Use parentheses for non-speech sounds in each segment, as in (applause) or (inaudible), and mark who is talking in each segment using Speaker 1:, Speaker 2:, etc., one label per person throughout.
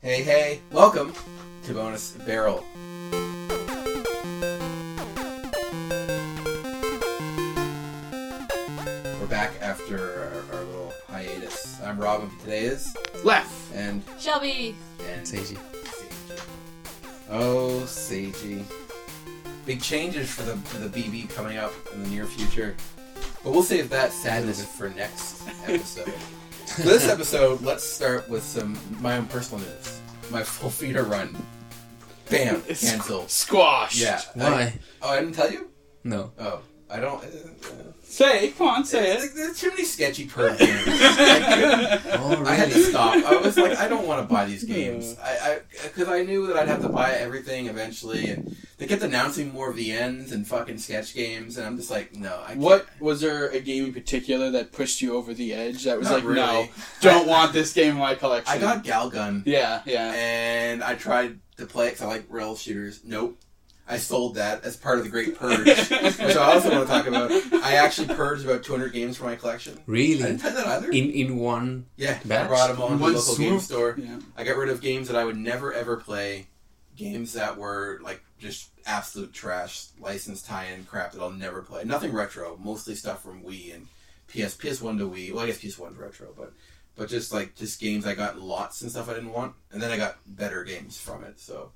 Speaker 1: Hey, hey, welcome to Bonus Barrel. We're back after our, our little hiatus. I'm Rob, and today is
Speaker 2: Left.
Speaker 1: and
Speaker 3: Shelby.
Speaker 1: and
Speaker 2: Seiji.
Speaker 1: Seiji. Oh, Seiji. Big changes for the for the BB coming up in the near future, but we'll save that sadness for next episode. For this episode, let's start with some my own personal news. My (laughs) full feeder run, bam,
Speaker 2: It's-
Speaker 1: canceled.
Speaker 2: Squash.
Speaker 1: Yeah. I-
Speaker 4: Why?
Speaker 1: oh, I didn't tell you.
Speaker 4: No.
Speaker 1: Oh, I don't. Uh, uh,
Speaker 2: Say, come on, say
Speaker 1: there's,
Speaker 2: it.
Speaker 1: there's too many sketchy perv games.
Speaker 4: Oh,
Speaker 1: I had
Speaker 4: really?
Speaker 1: to stop. I was like, I don't want to buy these games. I because I, knew that I'd have to buy everything eventually, and they kept announcing more of the ends and fucking sketch games, and I'm just like, no, I can't.
Speaker 2: What was there a game in particular that pushed you over the edge? That was
Speaker 1: Not
Speaker 2: like,
Speaker 1: really.
Speaker 2: no, don't want this game in my collection.
Speaker 1: I got Galgun,
Speaker 2: Yeah, yeah.
Speaker 1: and I tried to play it because I like rail shooters. Nope. I sold that as part of the Great
Speaker 2: (laughs)
Speaker 1: Purge, which I also want to talk about. I actually purged about 200 games from my collection. I didn't
Speaker 4: Really?
Speaker 1: tell you that either.
Speaker 4: In in one?
Speaker 1: yeah, I
Speaker 4: Batch?
Speaker 1: brought them all into the
Speaker 4: One
Speaker 1: local game
Speaker 4: swoop?
Speaker 1: store.
Speaker 2: Yeah.
Speaker 1: I got rid of games that I would never ever play, games that were like just absolute trash, licensed tie-in crap that I'll never play. Nothing retro, mostly stuff from Wii and PS PS1 to Wii. Well, I guess PS1 is retro, but but just like just games I got lots and stuff I didn't want, and then I got better games from it. So.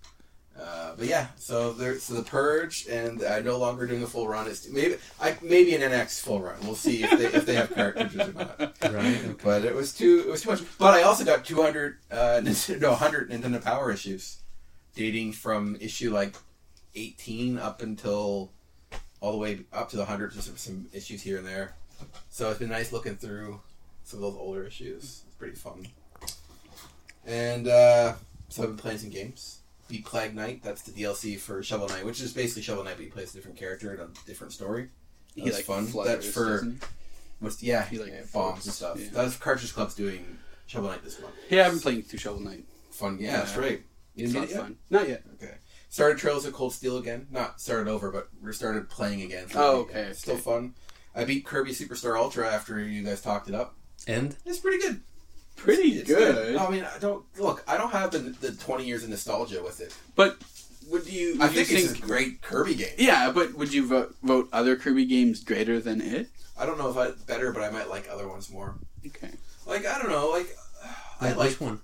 Speaker 1: Uh, but yeah, so there, so the purge, and I'm no longer doing the full run. It's maybe I maybe an NX full run. We'll see if they if they have cartridges or not. (laughs)
Speaker 4: Right.
Speaker 1: But it was too it was too much. But I also got 200 uh, (laughs) no 100 Nintendo Power issues, dating from issue like 18 up until all the way up to the 100. Just some issues here and there. So it's been nice looking through some of those older issues. It's pretty fun. And uh, so I've been playing some games. Beat Plague Knight. That's the DLC for Shovel Knight, which is basically Shovel Knight, but he plays a different character in a different story. That was fun. That's
Speaker 2: flutters,
Speaker 1: for
Speaker 2: doesn't
Speaker 1: What's yeah,
Speaker 2: He, like,
Speaker 1: yeah, bombs and stuff.
Speaker 2: yeah.
Speaker 1: That's Cartridge Club's doing Shovel Knight this month.
Speaker 2: he? Yeah, I've been playing through Shovel Knight.
Speaker 1: Fun game.
Speaker 2: Yeah.
Speaker 1: That's right. You
Speaker 2: It's
Speaker 1: didn't
Speaker 2: not
Speaker 1: beat it yet?
Speaker 2: fun. Not yet.
Speaker 1: Okay. Started Trails of Cold Steel again. Not started over, but we started playing again.
Speaker 2: Oh, okay, okay.
Speaker 1: Still fun. I beat Kirby Superstar Ultra after you guys talked it up.
Speaker 4: And?
Speaker 1: It's pretty good.
Speaker 2: Pretty
Speaker 1: It's
Speaker 2: good.
Speaker 1: I mean, I don't look. I don't have the, the twenty years of nostalgia with it.
Speaker 2: But would you? Would
Speaker 1: I
Speaker 2: you
Speaker 1: think, it's a great Kirby game.
Speaker 2: yeah, but would you vote, vote other Kirby games greater than it?
Speaker 1: I don't know if I better, but I might like other ones more.
Speaker 2: Okay,
Speaker 1: Like I don't know. Like I
Speaker 4: Like,
Speaker 1: like
Speaker 4: which one?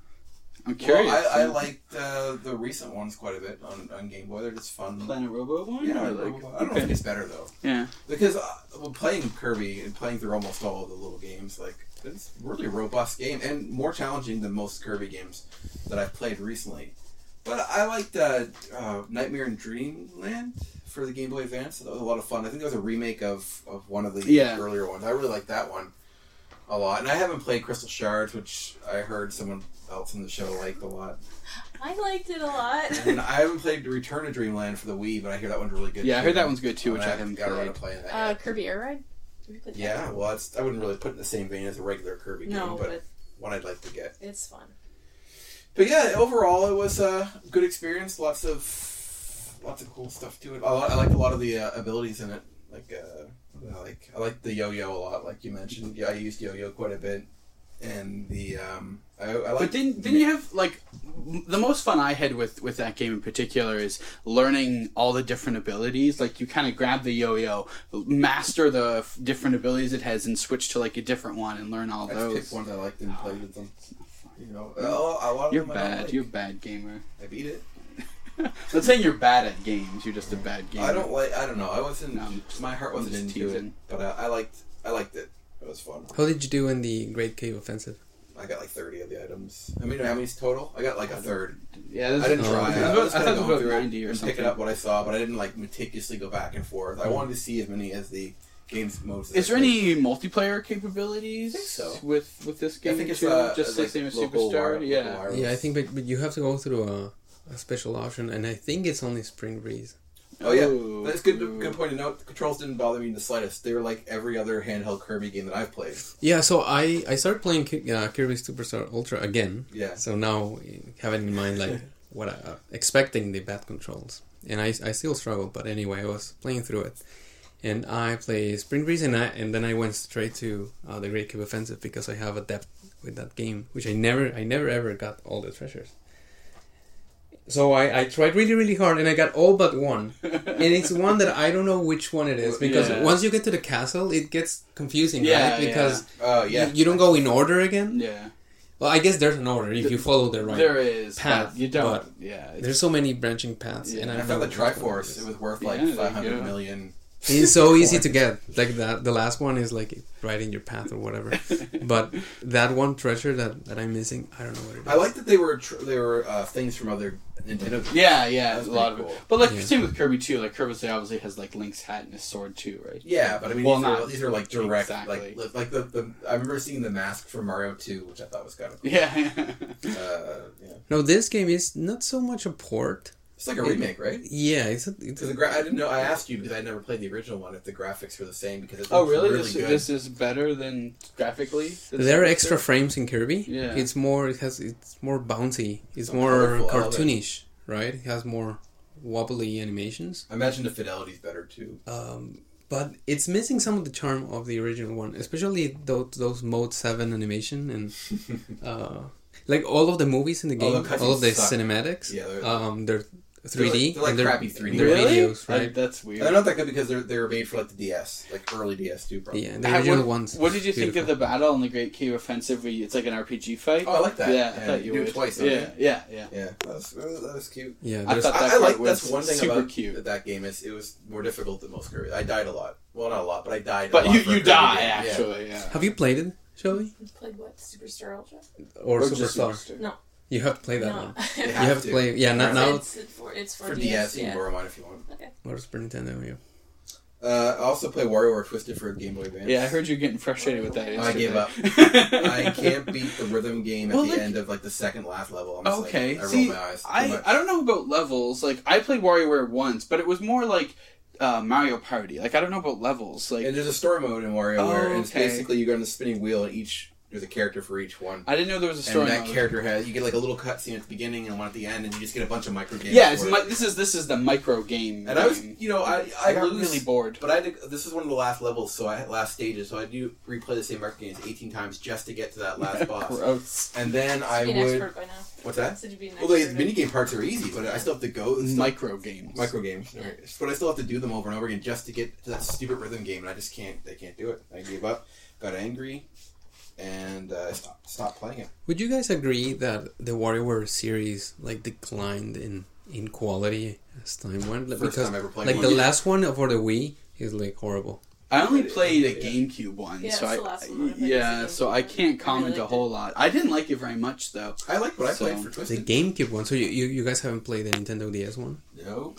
Speaker 2: I'm curious.
Speaker 1: Well, I, I liked uh, the recent ones quite a bit on, on Game Boy. They're just fun.
Speaker 2: Planet Robo one.
Speaker 1: Yeah, I
Speaker 2: or
Speaker 1: don't
Speaker 2: like,
Speaker 1: know. I don't think
Speaker 2: okay.
Speaker 1: it's better though
Speaker 2: Yeah.
Speaker 1: because uh, well, playing Kirby and playing through almost all of the little games, like it's really a robust game and more challenging than most Kirby games that I've played recently. But I liked uh, uh, Nightmare in Dreamland for the Game Boy Advance. That was a lot of fun. I think that was a remake of, of one of the
Speaker 2: Yeah.
Speaker 1: earlier ones. I really liked that one a lot. And I haven't played Crystal Shards, which I heard someone else in the show liked a lot.
Speaker 3: I liked it
Speaker 1: (laughs)
Speaker 3: a lot.
Speaker 4: Uh,
Speaker 1: And I haven't played Return to Dreamland for the Wii, but I hear that one's really good.
Speaker 2: Yeah, I
Speaker 1: too.
Speaker 2: heard that one's good too, which I
Speaker 1: haven't
Speaker 2: haven't
Speaker 1: got
Speaker 2: played.
Speaker 1: around to playing that.
Speaker 3: Uh,
Speaker 1: yet.
Speaker 3: Kirby Air Ride? Have you played that?
Speaker 1: Yeah, well, it's, I wouldn't really put it in the same vein as a regular Kirby game,
Speaker 3: No,
Speaker 1: but,
Speaker 3: but,
Speaker 1: one I'd like to get.
Speaker 3: it's fun.
Speaker 1: But yeah, overall, it was a good experience. Lots of lots of cool stuff to it. I, li- I liked a lot of the uh, abilities in it. Like uh, I like I like the yo-yo a lot, like you mentioned. Yeah, I used yo-yo quite a bit, and the um, I, I like.
Speaker 2: But didn't didn't you have like m- the most fun I had with with that game in particular is learning all the different abilities. Like you kind of grab the yo-yo, master the f- different abilities it has, and switch to like a different one and learn all
Speaker 1: I just
Speaker 2: those.
Speaker 1: picked ones I liked and played with them. You know, a a lot of
Speaker 2: You're
Speaker 1: them I don't
Speaker 2: bad.
Speaker 1: like.
Speaker 2: You're a bad gamer. (laughs)
Speaker 1: I beat it.
Speaker 2: Let's say you're bad at games. You're just a bad gamer.
Speaker 1: I don't like. I don't know. I wasn't.
Speaker 2: No, I'm
Speaker 1: my heart wasn't
Speaker 2: just
Speaker 1: into it,
Speaker 2: teasing.
Speaker 1: but I, I liked. I liked it. It was fun.
Speaker 4: How did you do in the Great Cave Offensive?
Speaker 1: I got like thirty of the items. I mean, how many's total? I got like a third.
Speaker 2: Yeah, this
Speaker 1: I didn't
Speaker 2: is-
Speaker 4: Oh,
Speaker 1: try.
Speaker 4: okay.
Speaker 1: I, was kind of
Speaker 2: I thought it was
Speaker 1: going
Speaker 2: about
Speaker 1: through it
Speaker 2: ninety or
Speaker 1: and
Speaker 2: something.
Speaker 1: picking up what I saw, but I didn't like meticulously go back and forth. I wanted to see as many as the game's modes. as
Speaker 2: Is
Speaker 1: I
Speaker 2: there
Speaker 1: could.
Speaker 2: any multiplayer capabilities
Speaker 1: I think so.
Speaker 2: with with this game?
Speaker 1: I think it's
Speaker 2: too?
Speaker 1: uh,
Speaker 2: just
Speaker 1: like
Speaker 2: the same as
Speaker 1: local wire-
Speaker 2: Superstar.
Speaker 1: local
Speaker 2: yeah.
Speaker 1: wireless.
Speaker 4: Yeah, I think, but, but you have to go through a, a special option, and I think it's only Spring Breeze.
Speaker 1: Oh yeah,
Speaker 2: Ooh.
Speaker 1: that's good. Good point to note. The controls didn't bother me in the slightest. They were like every other handheld Kirby game that I've played.
Speaker 4: Yeah, so I, I started playing Ki- uh, Kirby Superstar Ultra again.
Speaker 1: Yeah.
Speaker 4: So now, having in
Speaker 2: (laughs)
Speaker 4: mind, like, what I, uh, expecting the bad controls. And I, I still struggle, but anyway, I was playing through it. And I play Spring Breeze, and, I, and then I went straight to uh, the Great Cube Offensive because I have a depth with that game, which I never, I never ever got all the treasures. So I, I tried really really hard and I got all but one,
Speaker 2: (laughs)
Speaker 4: and it's one that I don't know which one it is because
Speaker 2: Yeah.
Speaker 4: once you get to the castle it gets confusing
Speaker 2: Yeah,
Speaker 4: right because
Speaker 1: Oh yeah.
Speaker 4: you, you don't go in order again.
Speaker 2: yeah.
Speaker 4: Well, I guess there's an order if you follow the right.
Speaker 2: There is but
Speaker 4: Path,
Speaker 2: you don't. yeah. it's-
Speaker 4: there's so many branching paths,
Speaker 2: Yeah.
Speaker 4: and I,
Speaker 1: I
Speaker 4: don't
Speaker 1: found
Speaker 4: know
Speaker 1: the
Speaker 4: which one it
Speaker 1: Triforce.
Speaker 4: is.
Speaker 1: It was worth like
Speaker 2: Yeah, there you
Speaker 1: five hundred
Speaker 2: go.
Speaker 1: million.
Speaker 4: It's
Speaker 1: (laughs)
Speaker 4: so easy to get. Like that, the last one is like right in your path or
Speaker 2: (laughs)
Speaker 4: whatever. But that one treasure that, that I'm missing, I don't know what it is.
Speaker 1: I like that they were tr- they were uh, things from other Nintendo.
Speaker 2: Yeah, yeah,
Speaker 1: That's
Speaker 2: a lot
Speaker 1: pretty
Speaker 2: of
Speaker 1: cool.
Speaker 2: it. But like
Speaker 4: Yeah.
Speaker 2: same with Kirby too. Like Kirby obviously has like Link's hat and his sword too, right?
Speaker 1: Yeah, but I mean,
Speaker 2: Well,
Speaker 1: these, are,
Speaker 2: not
Speaker 1: these are like direct,
Speaker 2: exactly.
Speaker 1: like li- like the, the I remember seeing the mask from Mario Two, which I thought was kind of
Speaker 2: (laughs)
Speaker 1: cool.
Speaker 2: (laughs) Yeah.
Speaker 1: (laughs) Uh, yeah.
Speaker 4: No, this game is not so much a port.
Speaker 1: It's like a remake, right?
Speaker 4: Yeah, it's a, it's
Speaker 1: Because the
Speaker 4: a,
Speaker 1: gra- I didn't know. I asked you because I never played the original one. If the graphics were the same, because it
Speaker 2: oh
Speaker 1: looks
Speaker 2: really? this,
Speaker 1: good.
Speaker 2: this is better than graphically.
Speaker 4: there are extra frames in Kirby.
Speaker 2: Yeah.
Speaker 4: it's more. It has it's more bouncy. It's
Speaker 1: So
Speaker 4: more
Speaker 1: colorful, all that.
Speaker 4: cartoonish, right? It has more wobbly animations.
Speaker 1: I imagine the fidelity's better
Speaker 2: (laughs)
Speaker 1: too.
Speaker 4: Um, but it's missing some of the charm of the original one, especially those, those mode seven animation and uh, like all of the movies in the
Speaker 1: All
Speaker 4: game,
Speaker 1: the cutscenes
Speaker 4: all of the
Speaker 1: suck.
Speaker 4: cinematics.
Speaker 1: Yeah, they're-
Speaker 4: um, they're
Speaker 1: They're like-
Speaker 4: 3D.
Speaker 1: they're like
Speaker 4: and
Speaker 1: crappy 3D.
Speaker 4: they're
Speaker 2: really?
Speaker 4: videos,
Speaker 2: That-
Speaker 4: right?
Speaker 2: that's
Speaker 1: And they're
Speaker 2: weird.
Speaker 1: not that good because they're they were made for like the DS, like early DS two. Probably.
Speaker 4: yeah, the
Speaker 2: How-
Speaker 4: original ones.
Speaker 2: What did you think of the battle in the Great Cave Offensive? Where you, it's like an RPG fight.
Speaker 1: (laughs) Oh, I like that.
Speaker 2: Yeah, I thought you
Speaker 1: do
Speaker 2: would.
Speaker 1: it twice. don't
Speaker 2: Yeah,
Speaker 1: you?
Speaker 2: yeah, yeah.
Speaker 1: yeah. That was, that was cute.
Speaker 4: Yeah,
Speaker 2: I
Speaker 4: there's,
Speaker 2: thought that
Speaker 1: I, I
Speaker 2: part
Speaker 1: like
Speaker 2: was
Speaker 1: that's one thing
Speaker 2: super
Speaker 1: about
Speaker 2: cute.
Speaker 1: that game is it was more difficult than most Kirby. I died a lot. Well, not a lot, but I died. a
Speaker 2: But
Speaker 1: lot
Speaker 2: you
Speaker 1: for a
Speaker 2: you
Speaker 1: Kirby
Speaker 2: die
Speaker 1: game. Yeah.
Speaker 2: actually. Yeah.
Speaker 4: have you played it, Shelby,
Speaker 3: Played what? Superstar Ultra?
Speaker 4: or,
Speaker 2: just
Speaker 4: Superstar?
Speaker 2: Superstar.
Speaker 4: You have to play
Speaker 3: (laughs)
Speaker 4: that one.
Speaker 1: You
Speaker 4: You have to play. Yeah, not now
Speaker 3: It's, it's for, it's for,
Speaker 1: for
Speaker 3: DS.
Speaker 1: DS. You
Speaker 3: yeah.
Speaker 1: can borrow mine if you want.
Speaker 4: or Super Nintendo. Yeah.
Speaker 1: Uh, I also play WarioWare Twisted for Game Boy Advance.
Speaker 2: Yeah, I heard you getting frustrated with that.
Speaker 1: I gave
Speaker 2: (laughs) yesterday.
Speaker 1: (laughs) I can't beat the rhythm game at
Speaker 2: Well,
Speaker 1: the
Speaker 2: like-
Speaker 1: end of like the second last level. I'm just
Speaker 2: Okay,
Speaker 1: like, I
Speaker 2: see,
Speaker 1: roll my eyes. too
Speaker 2: I,
Speaker 1: much.
Speaker 2: I don't know about levels. Like I played WarioWare once, but it was more like uh, Mario Party. Like I don't know about levels. Like
Speaker 1: And there's a story mode in WarioWare,
Speaker 2: Oh,
Speaker 1: and it's
Speaker 2: okay.
Speaker 1: basically you go on the spinning wheel, and each there's a character for each one.
Speaker 2: I didn't know there was
Speaker 1: And
Speaker 2: a story.
Speaker 1: that
Speaker 2: mode.
Speaker 1: character has you get like a little cutscene at the beginning and one at the end, and you just get a bunch of micro games.
Speaker 2: yeah, it's
Speaker 1: for it.
Speaker 2: mi- this is this is the micro game.
Speaker 1: And I was,
Speaker 2: thing.
Speaker 1: you know, I I,
Speaker 2: got
Speaker 1: lose,
Speaker 2: really bored.
Speaker 1: but I had to, this is one of the last levels, so I last stages, so I do replay the same micro games 18 times just to get to that
Speaker 4: (laughs)
Speaker 1: last
Speaker 2: (laughs)
Speaker 1: boss.
Speaker 2: Gross.
Speaker 1: And then I
Speaker 3: Should
Speaker 1: would
Speaker 3: be an expert by now.
Speaker 1: what's that?
Speaker 3: Said you'd be an
Speaker 1: Well, the
Speaker 3: expert.
Speaker 1: mini game parts are easy, but I still have to go. and still
Speaker 2: Micro games.
Speaker 1: micro games. no worries. But I still have to do them over and over again just to get to that stupid rhythm game, and I just can't. I can't do it. I gave up, got angry, and uh, stopped, stopped playing it.
Speaker 4: Would you guys agree that the WarioWare series like declined in in quality as time went?
Speaker 1: First
Speaker 4: because
Speaker 1: time I ever played
Speaker 4: like
Speaker 1: one.
Speaker 4: the last one for the Wii is like horrible.
Speaker 2: I only played a
Speaker 1: Yeah.
Speaker 2: GameCube one,
Speaker 3: Yeah,
Speaker 2: so
Speaker 3: it's
Speaker 2: I
Speaker 3: the last one I played.
Speaker 2: yeah,
Speaker 3: It's a
Speaker 2: so I
Speaker 3: GameCube.
Speaker 2: can't
Speaker 3: I
Speaker 2: comment
Speaker 3: liked
Speaker 2: a whole lot. I didn't like it very much though.
Speaker 1: I like what I played
Speaker 2: So-
Speaker 1: for
Speaker 4: The
Speaker 1: Twisted.
Speaker 4: GameCube one. So you, you, you guys haven't played the Nintendo DS one?
Speaker 1: no,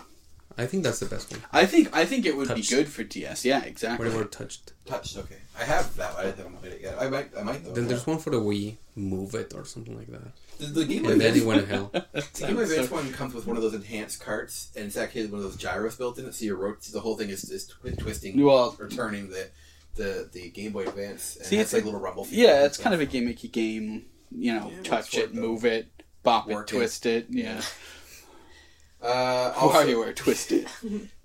Speaker 4: I think that's the best one.
Speaker 2: I think I think it would
Speaker 4: Touched.
Speaker 2: be good for DS. Yeah, exactly.
Speaker 4: Whatever touched.
Speaker 1: touched. Okay, I have that. I haven't played it yet. I might. I might though.
Speaker 4: Then there's one for the Wii, Move It or something like that.
Speaker 1: the, the Game Boy
Speaker 4: And then
Speaker 1: Advance.
Speaker 4: it went to
Speaker 1: (laughs)
Speaker 4: hell.
Speaker 1: The Game Boy
Speaker 2: So-
Speaker 1: Advance one comes with one of those enhanced carts, and it's actually one of those gyros built in it. So your ro- so the whole thing is, is twi- twisting
Speaker 2: Well,
Speaker 1: or turning the the the Game Boy Advance. And
Speaker 2: See,
Speaker 1: it has,
Speaker 2: it's
Speaker 1: like
Speaker 2: a-
Speaker 1: little rumble. features
Speaker 2: Yeah,
Speaker 1: and
Speaker 2: it's
Speaker 1: stuff.
Speaker 2: kind of a gimmicky game. You know,
Speaker 1: Yeah, it works
Speaker 2: touch
Speaker 1: for
Speaker 2: it,
Speaker 1: it, though.
Speaker 2: move it, bop it,
Speaker 1: Work it.
Speaker 2: twist it. Yeah.
Speaker 1: Uh, also,
Speaker 2: WarioWare
Speaker 1: (laughs)
Speaker 2: twist it.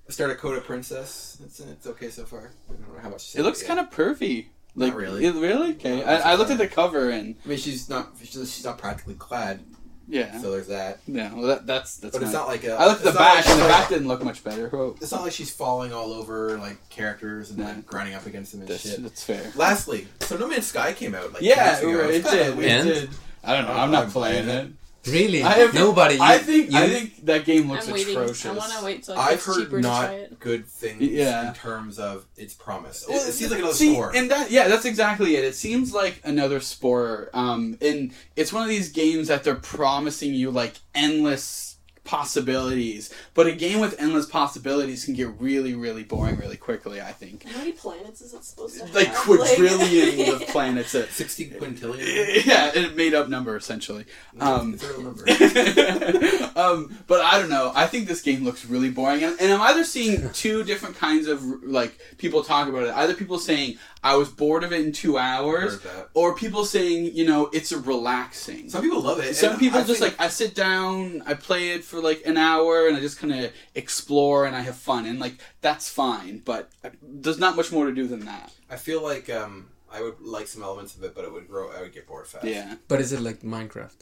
Speaker 1: started Coda Princess. It's, it's okay so far. I don't know how much. to say
Speaker 2: It looks
Speaker 1: yet.
Speaker 2: kind of pervy. Like,
Speaker 1: Not really.
Speaker 2: it- really? Okay.
Speaker 1: No, it's
Speaker 2: I, I looked at the
Speaker 1: fine.
Speaker 2: cover and
Speaker 1: I mean, she's not she's, she's not practically clad,
Speaker 2: yeah.
Speaker 1: so there's that.
Speaker 2: yeah, well, that, that's that's.
Speaker 1: But it's
Speaker 2: my-
Speaker 1: not like a,
Speaker 2: I looked at the
Speaker 1: it's not like
Speaker 2: back and the
Speaker 1: she's
Speaker 2: back
Speaker 1: like-
Speaker 2: didn't look much better. Whoa.
Speaker 1: It's not like she's falling all over like characters and
Speaker 2: No.
Speaker 1: like grinding up against them and
Speaker 2: That's,
Speaker 1: shit.
Speaker 2: that's fair.
Speaker 1: Lastly, so No Man's Sky came out like two
Speaker 2: Yeah,
Speaker 1: weeks
Speaker 2: it,
Speaker 1: ago.
Speaker 2: it
Speaker 1: It's kinda
Speaker 2: did. It
Speaker 1: weird.
Speaker 4: And?
Speaker 2: did. I don't know. I'm
Speaker 1: I'm
Speaker 2: not
Speaker 1: playing
Speaker 2: playing it.
Speaker 4: Really?
Speaker 2: I have-
Speaker 4: Nobody.
Speaker 2: I think I
Speaker 4: you-
Speaker 2: think that game looks
Speaker 3: I'm waiting.
Speaker 2: atrocious.
Speaker 3: I want to wait till it
Speaker 1: I've
Speaker 3: gets
Speaker 1: heard
Speaker 3: cheaper to try
Speaker 1: not (laughs)
Speaker 3: it.
Speaker 1: good things
Speaker 2: Yeah.
Speaker 1: in terms of its promise.
Speaker 2: Well,
Speaker 1: it, it seems like another
Speaker 2: see,
Speaker 1: score.
Speaker 2: And that, yeah, that's exactly it. It seems like another spore. Um, and it's one of these games that they're promising you like endless possibilities. But a game with endless possibilities can get really, really boring really quickly. I think.
Speaker 3: How many planets is it supposed to have?
Speaker 2: Like
Speaker 3: (laughs)
Speaker 2: quadrillions of planets. That,
Speaker 1: Sixty quintillion.
Speaker 2: (laughs)
Speaker 1: Mm,
Speaker 2: yeah, a made up number essentially. Um,
Speaker 1: It's a real
Speaker 2: (laughs)
Speaker 1: number.
Speaker 2: um, but I don't know. I think this game looks really boring, and, and I'm either
Speaker 1: (laughs)
Speaker 2: seeing two different kinds of like people talk about it. Either people saying I was bored of it in two hours,
Speaker 1: Heard that.
Speaker 2: or people saying you know it's relaxing.
Speaker 1: Some people love it. and
Speaker 2: Some people
Speaker 1: I
Speaker 2: just
Speaker 1: think-
Speaker 2: like I sit down, I play it for like an hour, and I just kind of explore and I have fun, and like that's fine. But uh, there's not much more to do than that.
Speaker 1: I feel like um, I would like some elements of it, but it would grow. I would get bored fast.
Speaker 2: Yeah.
Speaker 4: But is it like Minecraft?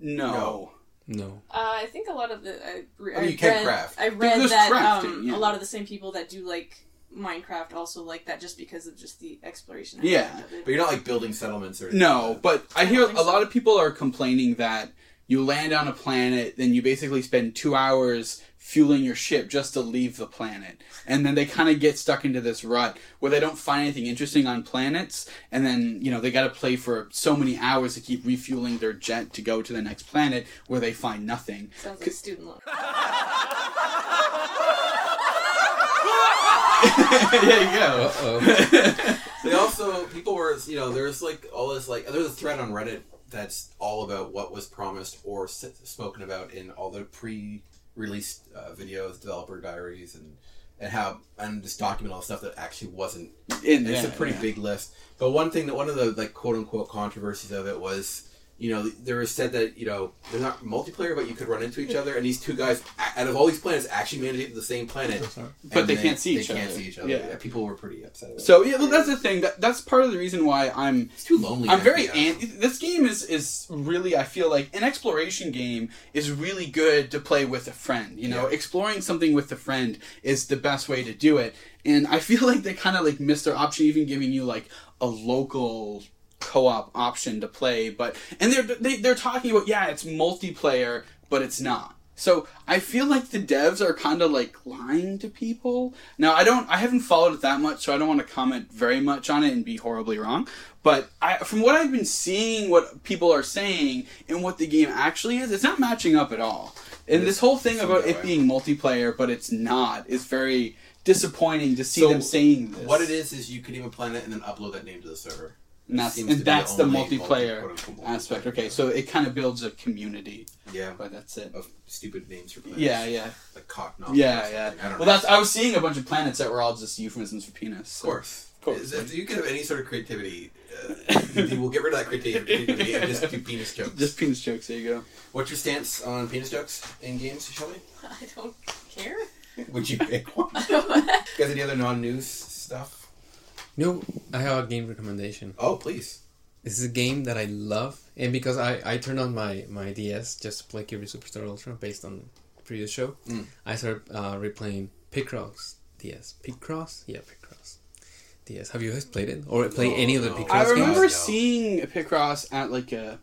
Speaker 2: No.
Speaker 1: Uh, No.
Speaker 4: No.
Speaker 3: Uh, I think a lot of the I, re-
Speaker 1: I mean,
Speaker 3: I
Speaker 1: you can
Speaker 3: read,
Speaker 1: craft.
Speaker 3: I read
Speaker 2: there's
Speaker 3: that
Speaker 2: crafting,
Speaker 3: um,
Speaker 2: yeah.
Speaker 3: a lot of the same people that do like Minecraft also like that just because of just the exploration.
Speaker 2: Yeah,
Speaker 3: aspect of
Speaker 1: But
Speaker 3: it.
Speaker 1: you're not like building settlements or anything like
Speaker 2: No,
Speaker 1: that.
Speaker 2: but I
Speaker 3: I
Speaker 2: hear
Speaker 3: don't think
Speaker 2: a lot
Speaker 3: so.
Speaker 2: of people are complaining that you land on a planet, then you basically spend two hours fueling your ship just to leave the planet. And then they kind of get stuck into this rut where they don't find anything interesting on planets. And then, you know, they got to play for so many hours to keep refueling their jet to go to the next planet where they find nothing. (laughs)
Speaker 3: sounds like student loan. (laughs)
Speaker 2: there you
Speaker 4: Uh
Speaker 2: go. (laughs)
Speaker 4: oh.
Speaker 1: They also people were you know there's like all this like there's a thread on Reddit that's all about what was promised or s- spoken about in all the pre-released uh, videos, developer diaries, and and how and just document all the stuff that actually wasn't.
Speaker 2: In,
Speaker 1: And it's a
Speaker 2: yeah,
Speaker 1: pretty
Speaker 2: yeah.
Speaker 1: big list. But one thing that one of the like quote unquote controversies of it was. You know, there was said that you know they're not multiplayer, but you could run into each other. And these two guys, a- out of all these planets, actually managed to get to the same planet,
Speaker 2: But
Speaker 1: And
Speaker 2: they can't see
Speaker 1: they
Speaker 2: each
Speaker 1: can't
Speaker 2: other.
Speaker 1: see each other.
Speaker 2: Yeah.
Speaker 1: Yeah. people were pretty upset. About
Speaker 2: So, yeah, well, that's the thing. That, that's part of the reason why I'm
Speaker 1: It's too lonely.
Speaker 2: I'm
Speaker 1: I
Speaker 2: very
Speaker 1: think,
Speaker 2: anti. This game is is really I feel like an exploration game is really good to play with a friend. You know,
Speaker 1: Yeah.
Speaker 2: exploring something with a friend is the best way to do it. And I feel (laughs) like they kind of like missed their option, even giving you like a local co-op option to play. But and they're they, they're talking about yeah, it's multiplayer, but it's not. So I feel like the devs are kind of like lying to people. Now I don't, I haven't followed it that much, so I don't want to comment very much on it and be horribly wrong. But I, from what I've been seeing, what people are saying and what the game actually is, it's not matching up at all. And this whole thing about it being multiplayer, but it's not, is very disappointing to see
Speaker 1: So,
Speaker 2: them saying this.
Speaker 1: What it is is you could name a planet and then upload that name to the server.
Speaker 2: and that's,
Speaker 1: Seems
Speaker 2: and
Speaker 1: to be
Speaker 2: that's the,
Speaker 1: only
Speaker 2: multiplayer
Speaker 1: multi- quote-unquote multiplayer.
Speaker 2: aspect. Okay, so it kind of builds a community,
Speaker 1: Yeah,
Speaker 2: but that's it.
Speaker 1: of stupid names for planets.
Speaker 2: Yeah, yeah.
Speaker 1: Like cock knob.
Speaker 2: Yeah, yeah.
Speaker 1: I don't
Speaker 2: Well,
Speaker 1: know.
Speaker 2: that's I was seeing a bunch of planets that were all just euphemisms for penis.
Speaker 1: of course.
Speaker 2: Of course.
Speaker 1: Is- If you could have any sort of
Speaker 4: (laughs)
Speaker 1: creativity, uh, you will get rid of that creativity creativity and just do penis jokes.
Speaker 2: Just penis jokes. There you go.
Speaker 1: What's your stance on penis jokes in games, Shelby?
Speaker 4: (laughs)
Speaker 3: I don't care.
Speaker 1: Would you pick one? Guys, any other non-news stuff?
Speaker 4: No, I have a game recommendation.
Speaker 1: Oh, please.
Speaker 4: This is a game that I love, and because I, I turned on my, my DS just to play Kirby Superstar Ultra based on the previous show,
Speaker 1: Mm.
Speaker 4: I started uh, replaying Picross DS. Picross? Yeah, Picross DS. Have you guys played it? Or played
Speaker 1: No,
Speaker 4: any of the
Speaker 1: no.
Speaker 4: Picross
Speaker 2: I
Speaker 1: Cross
Speaker 2: remember
Speaker 1: games?
Speaker 2: seeing Picross at like a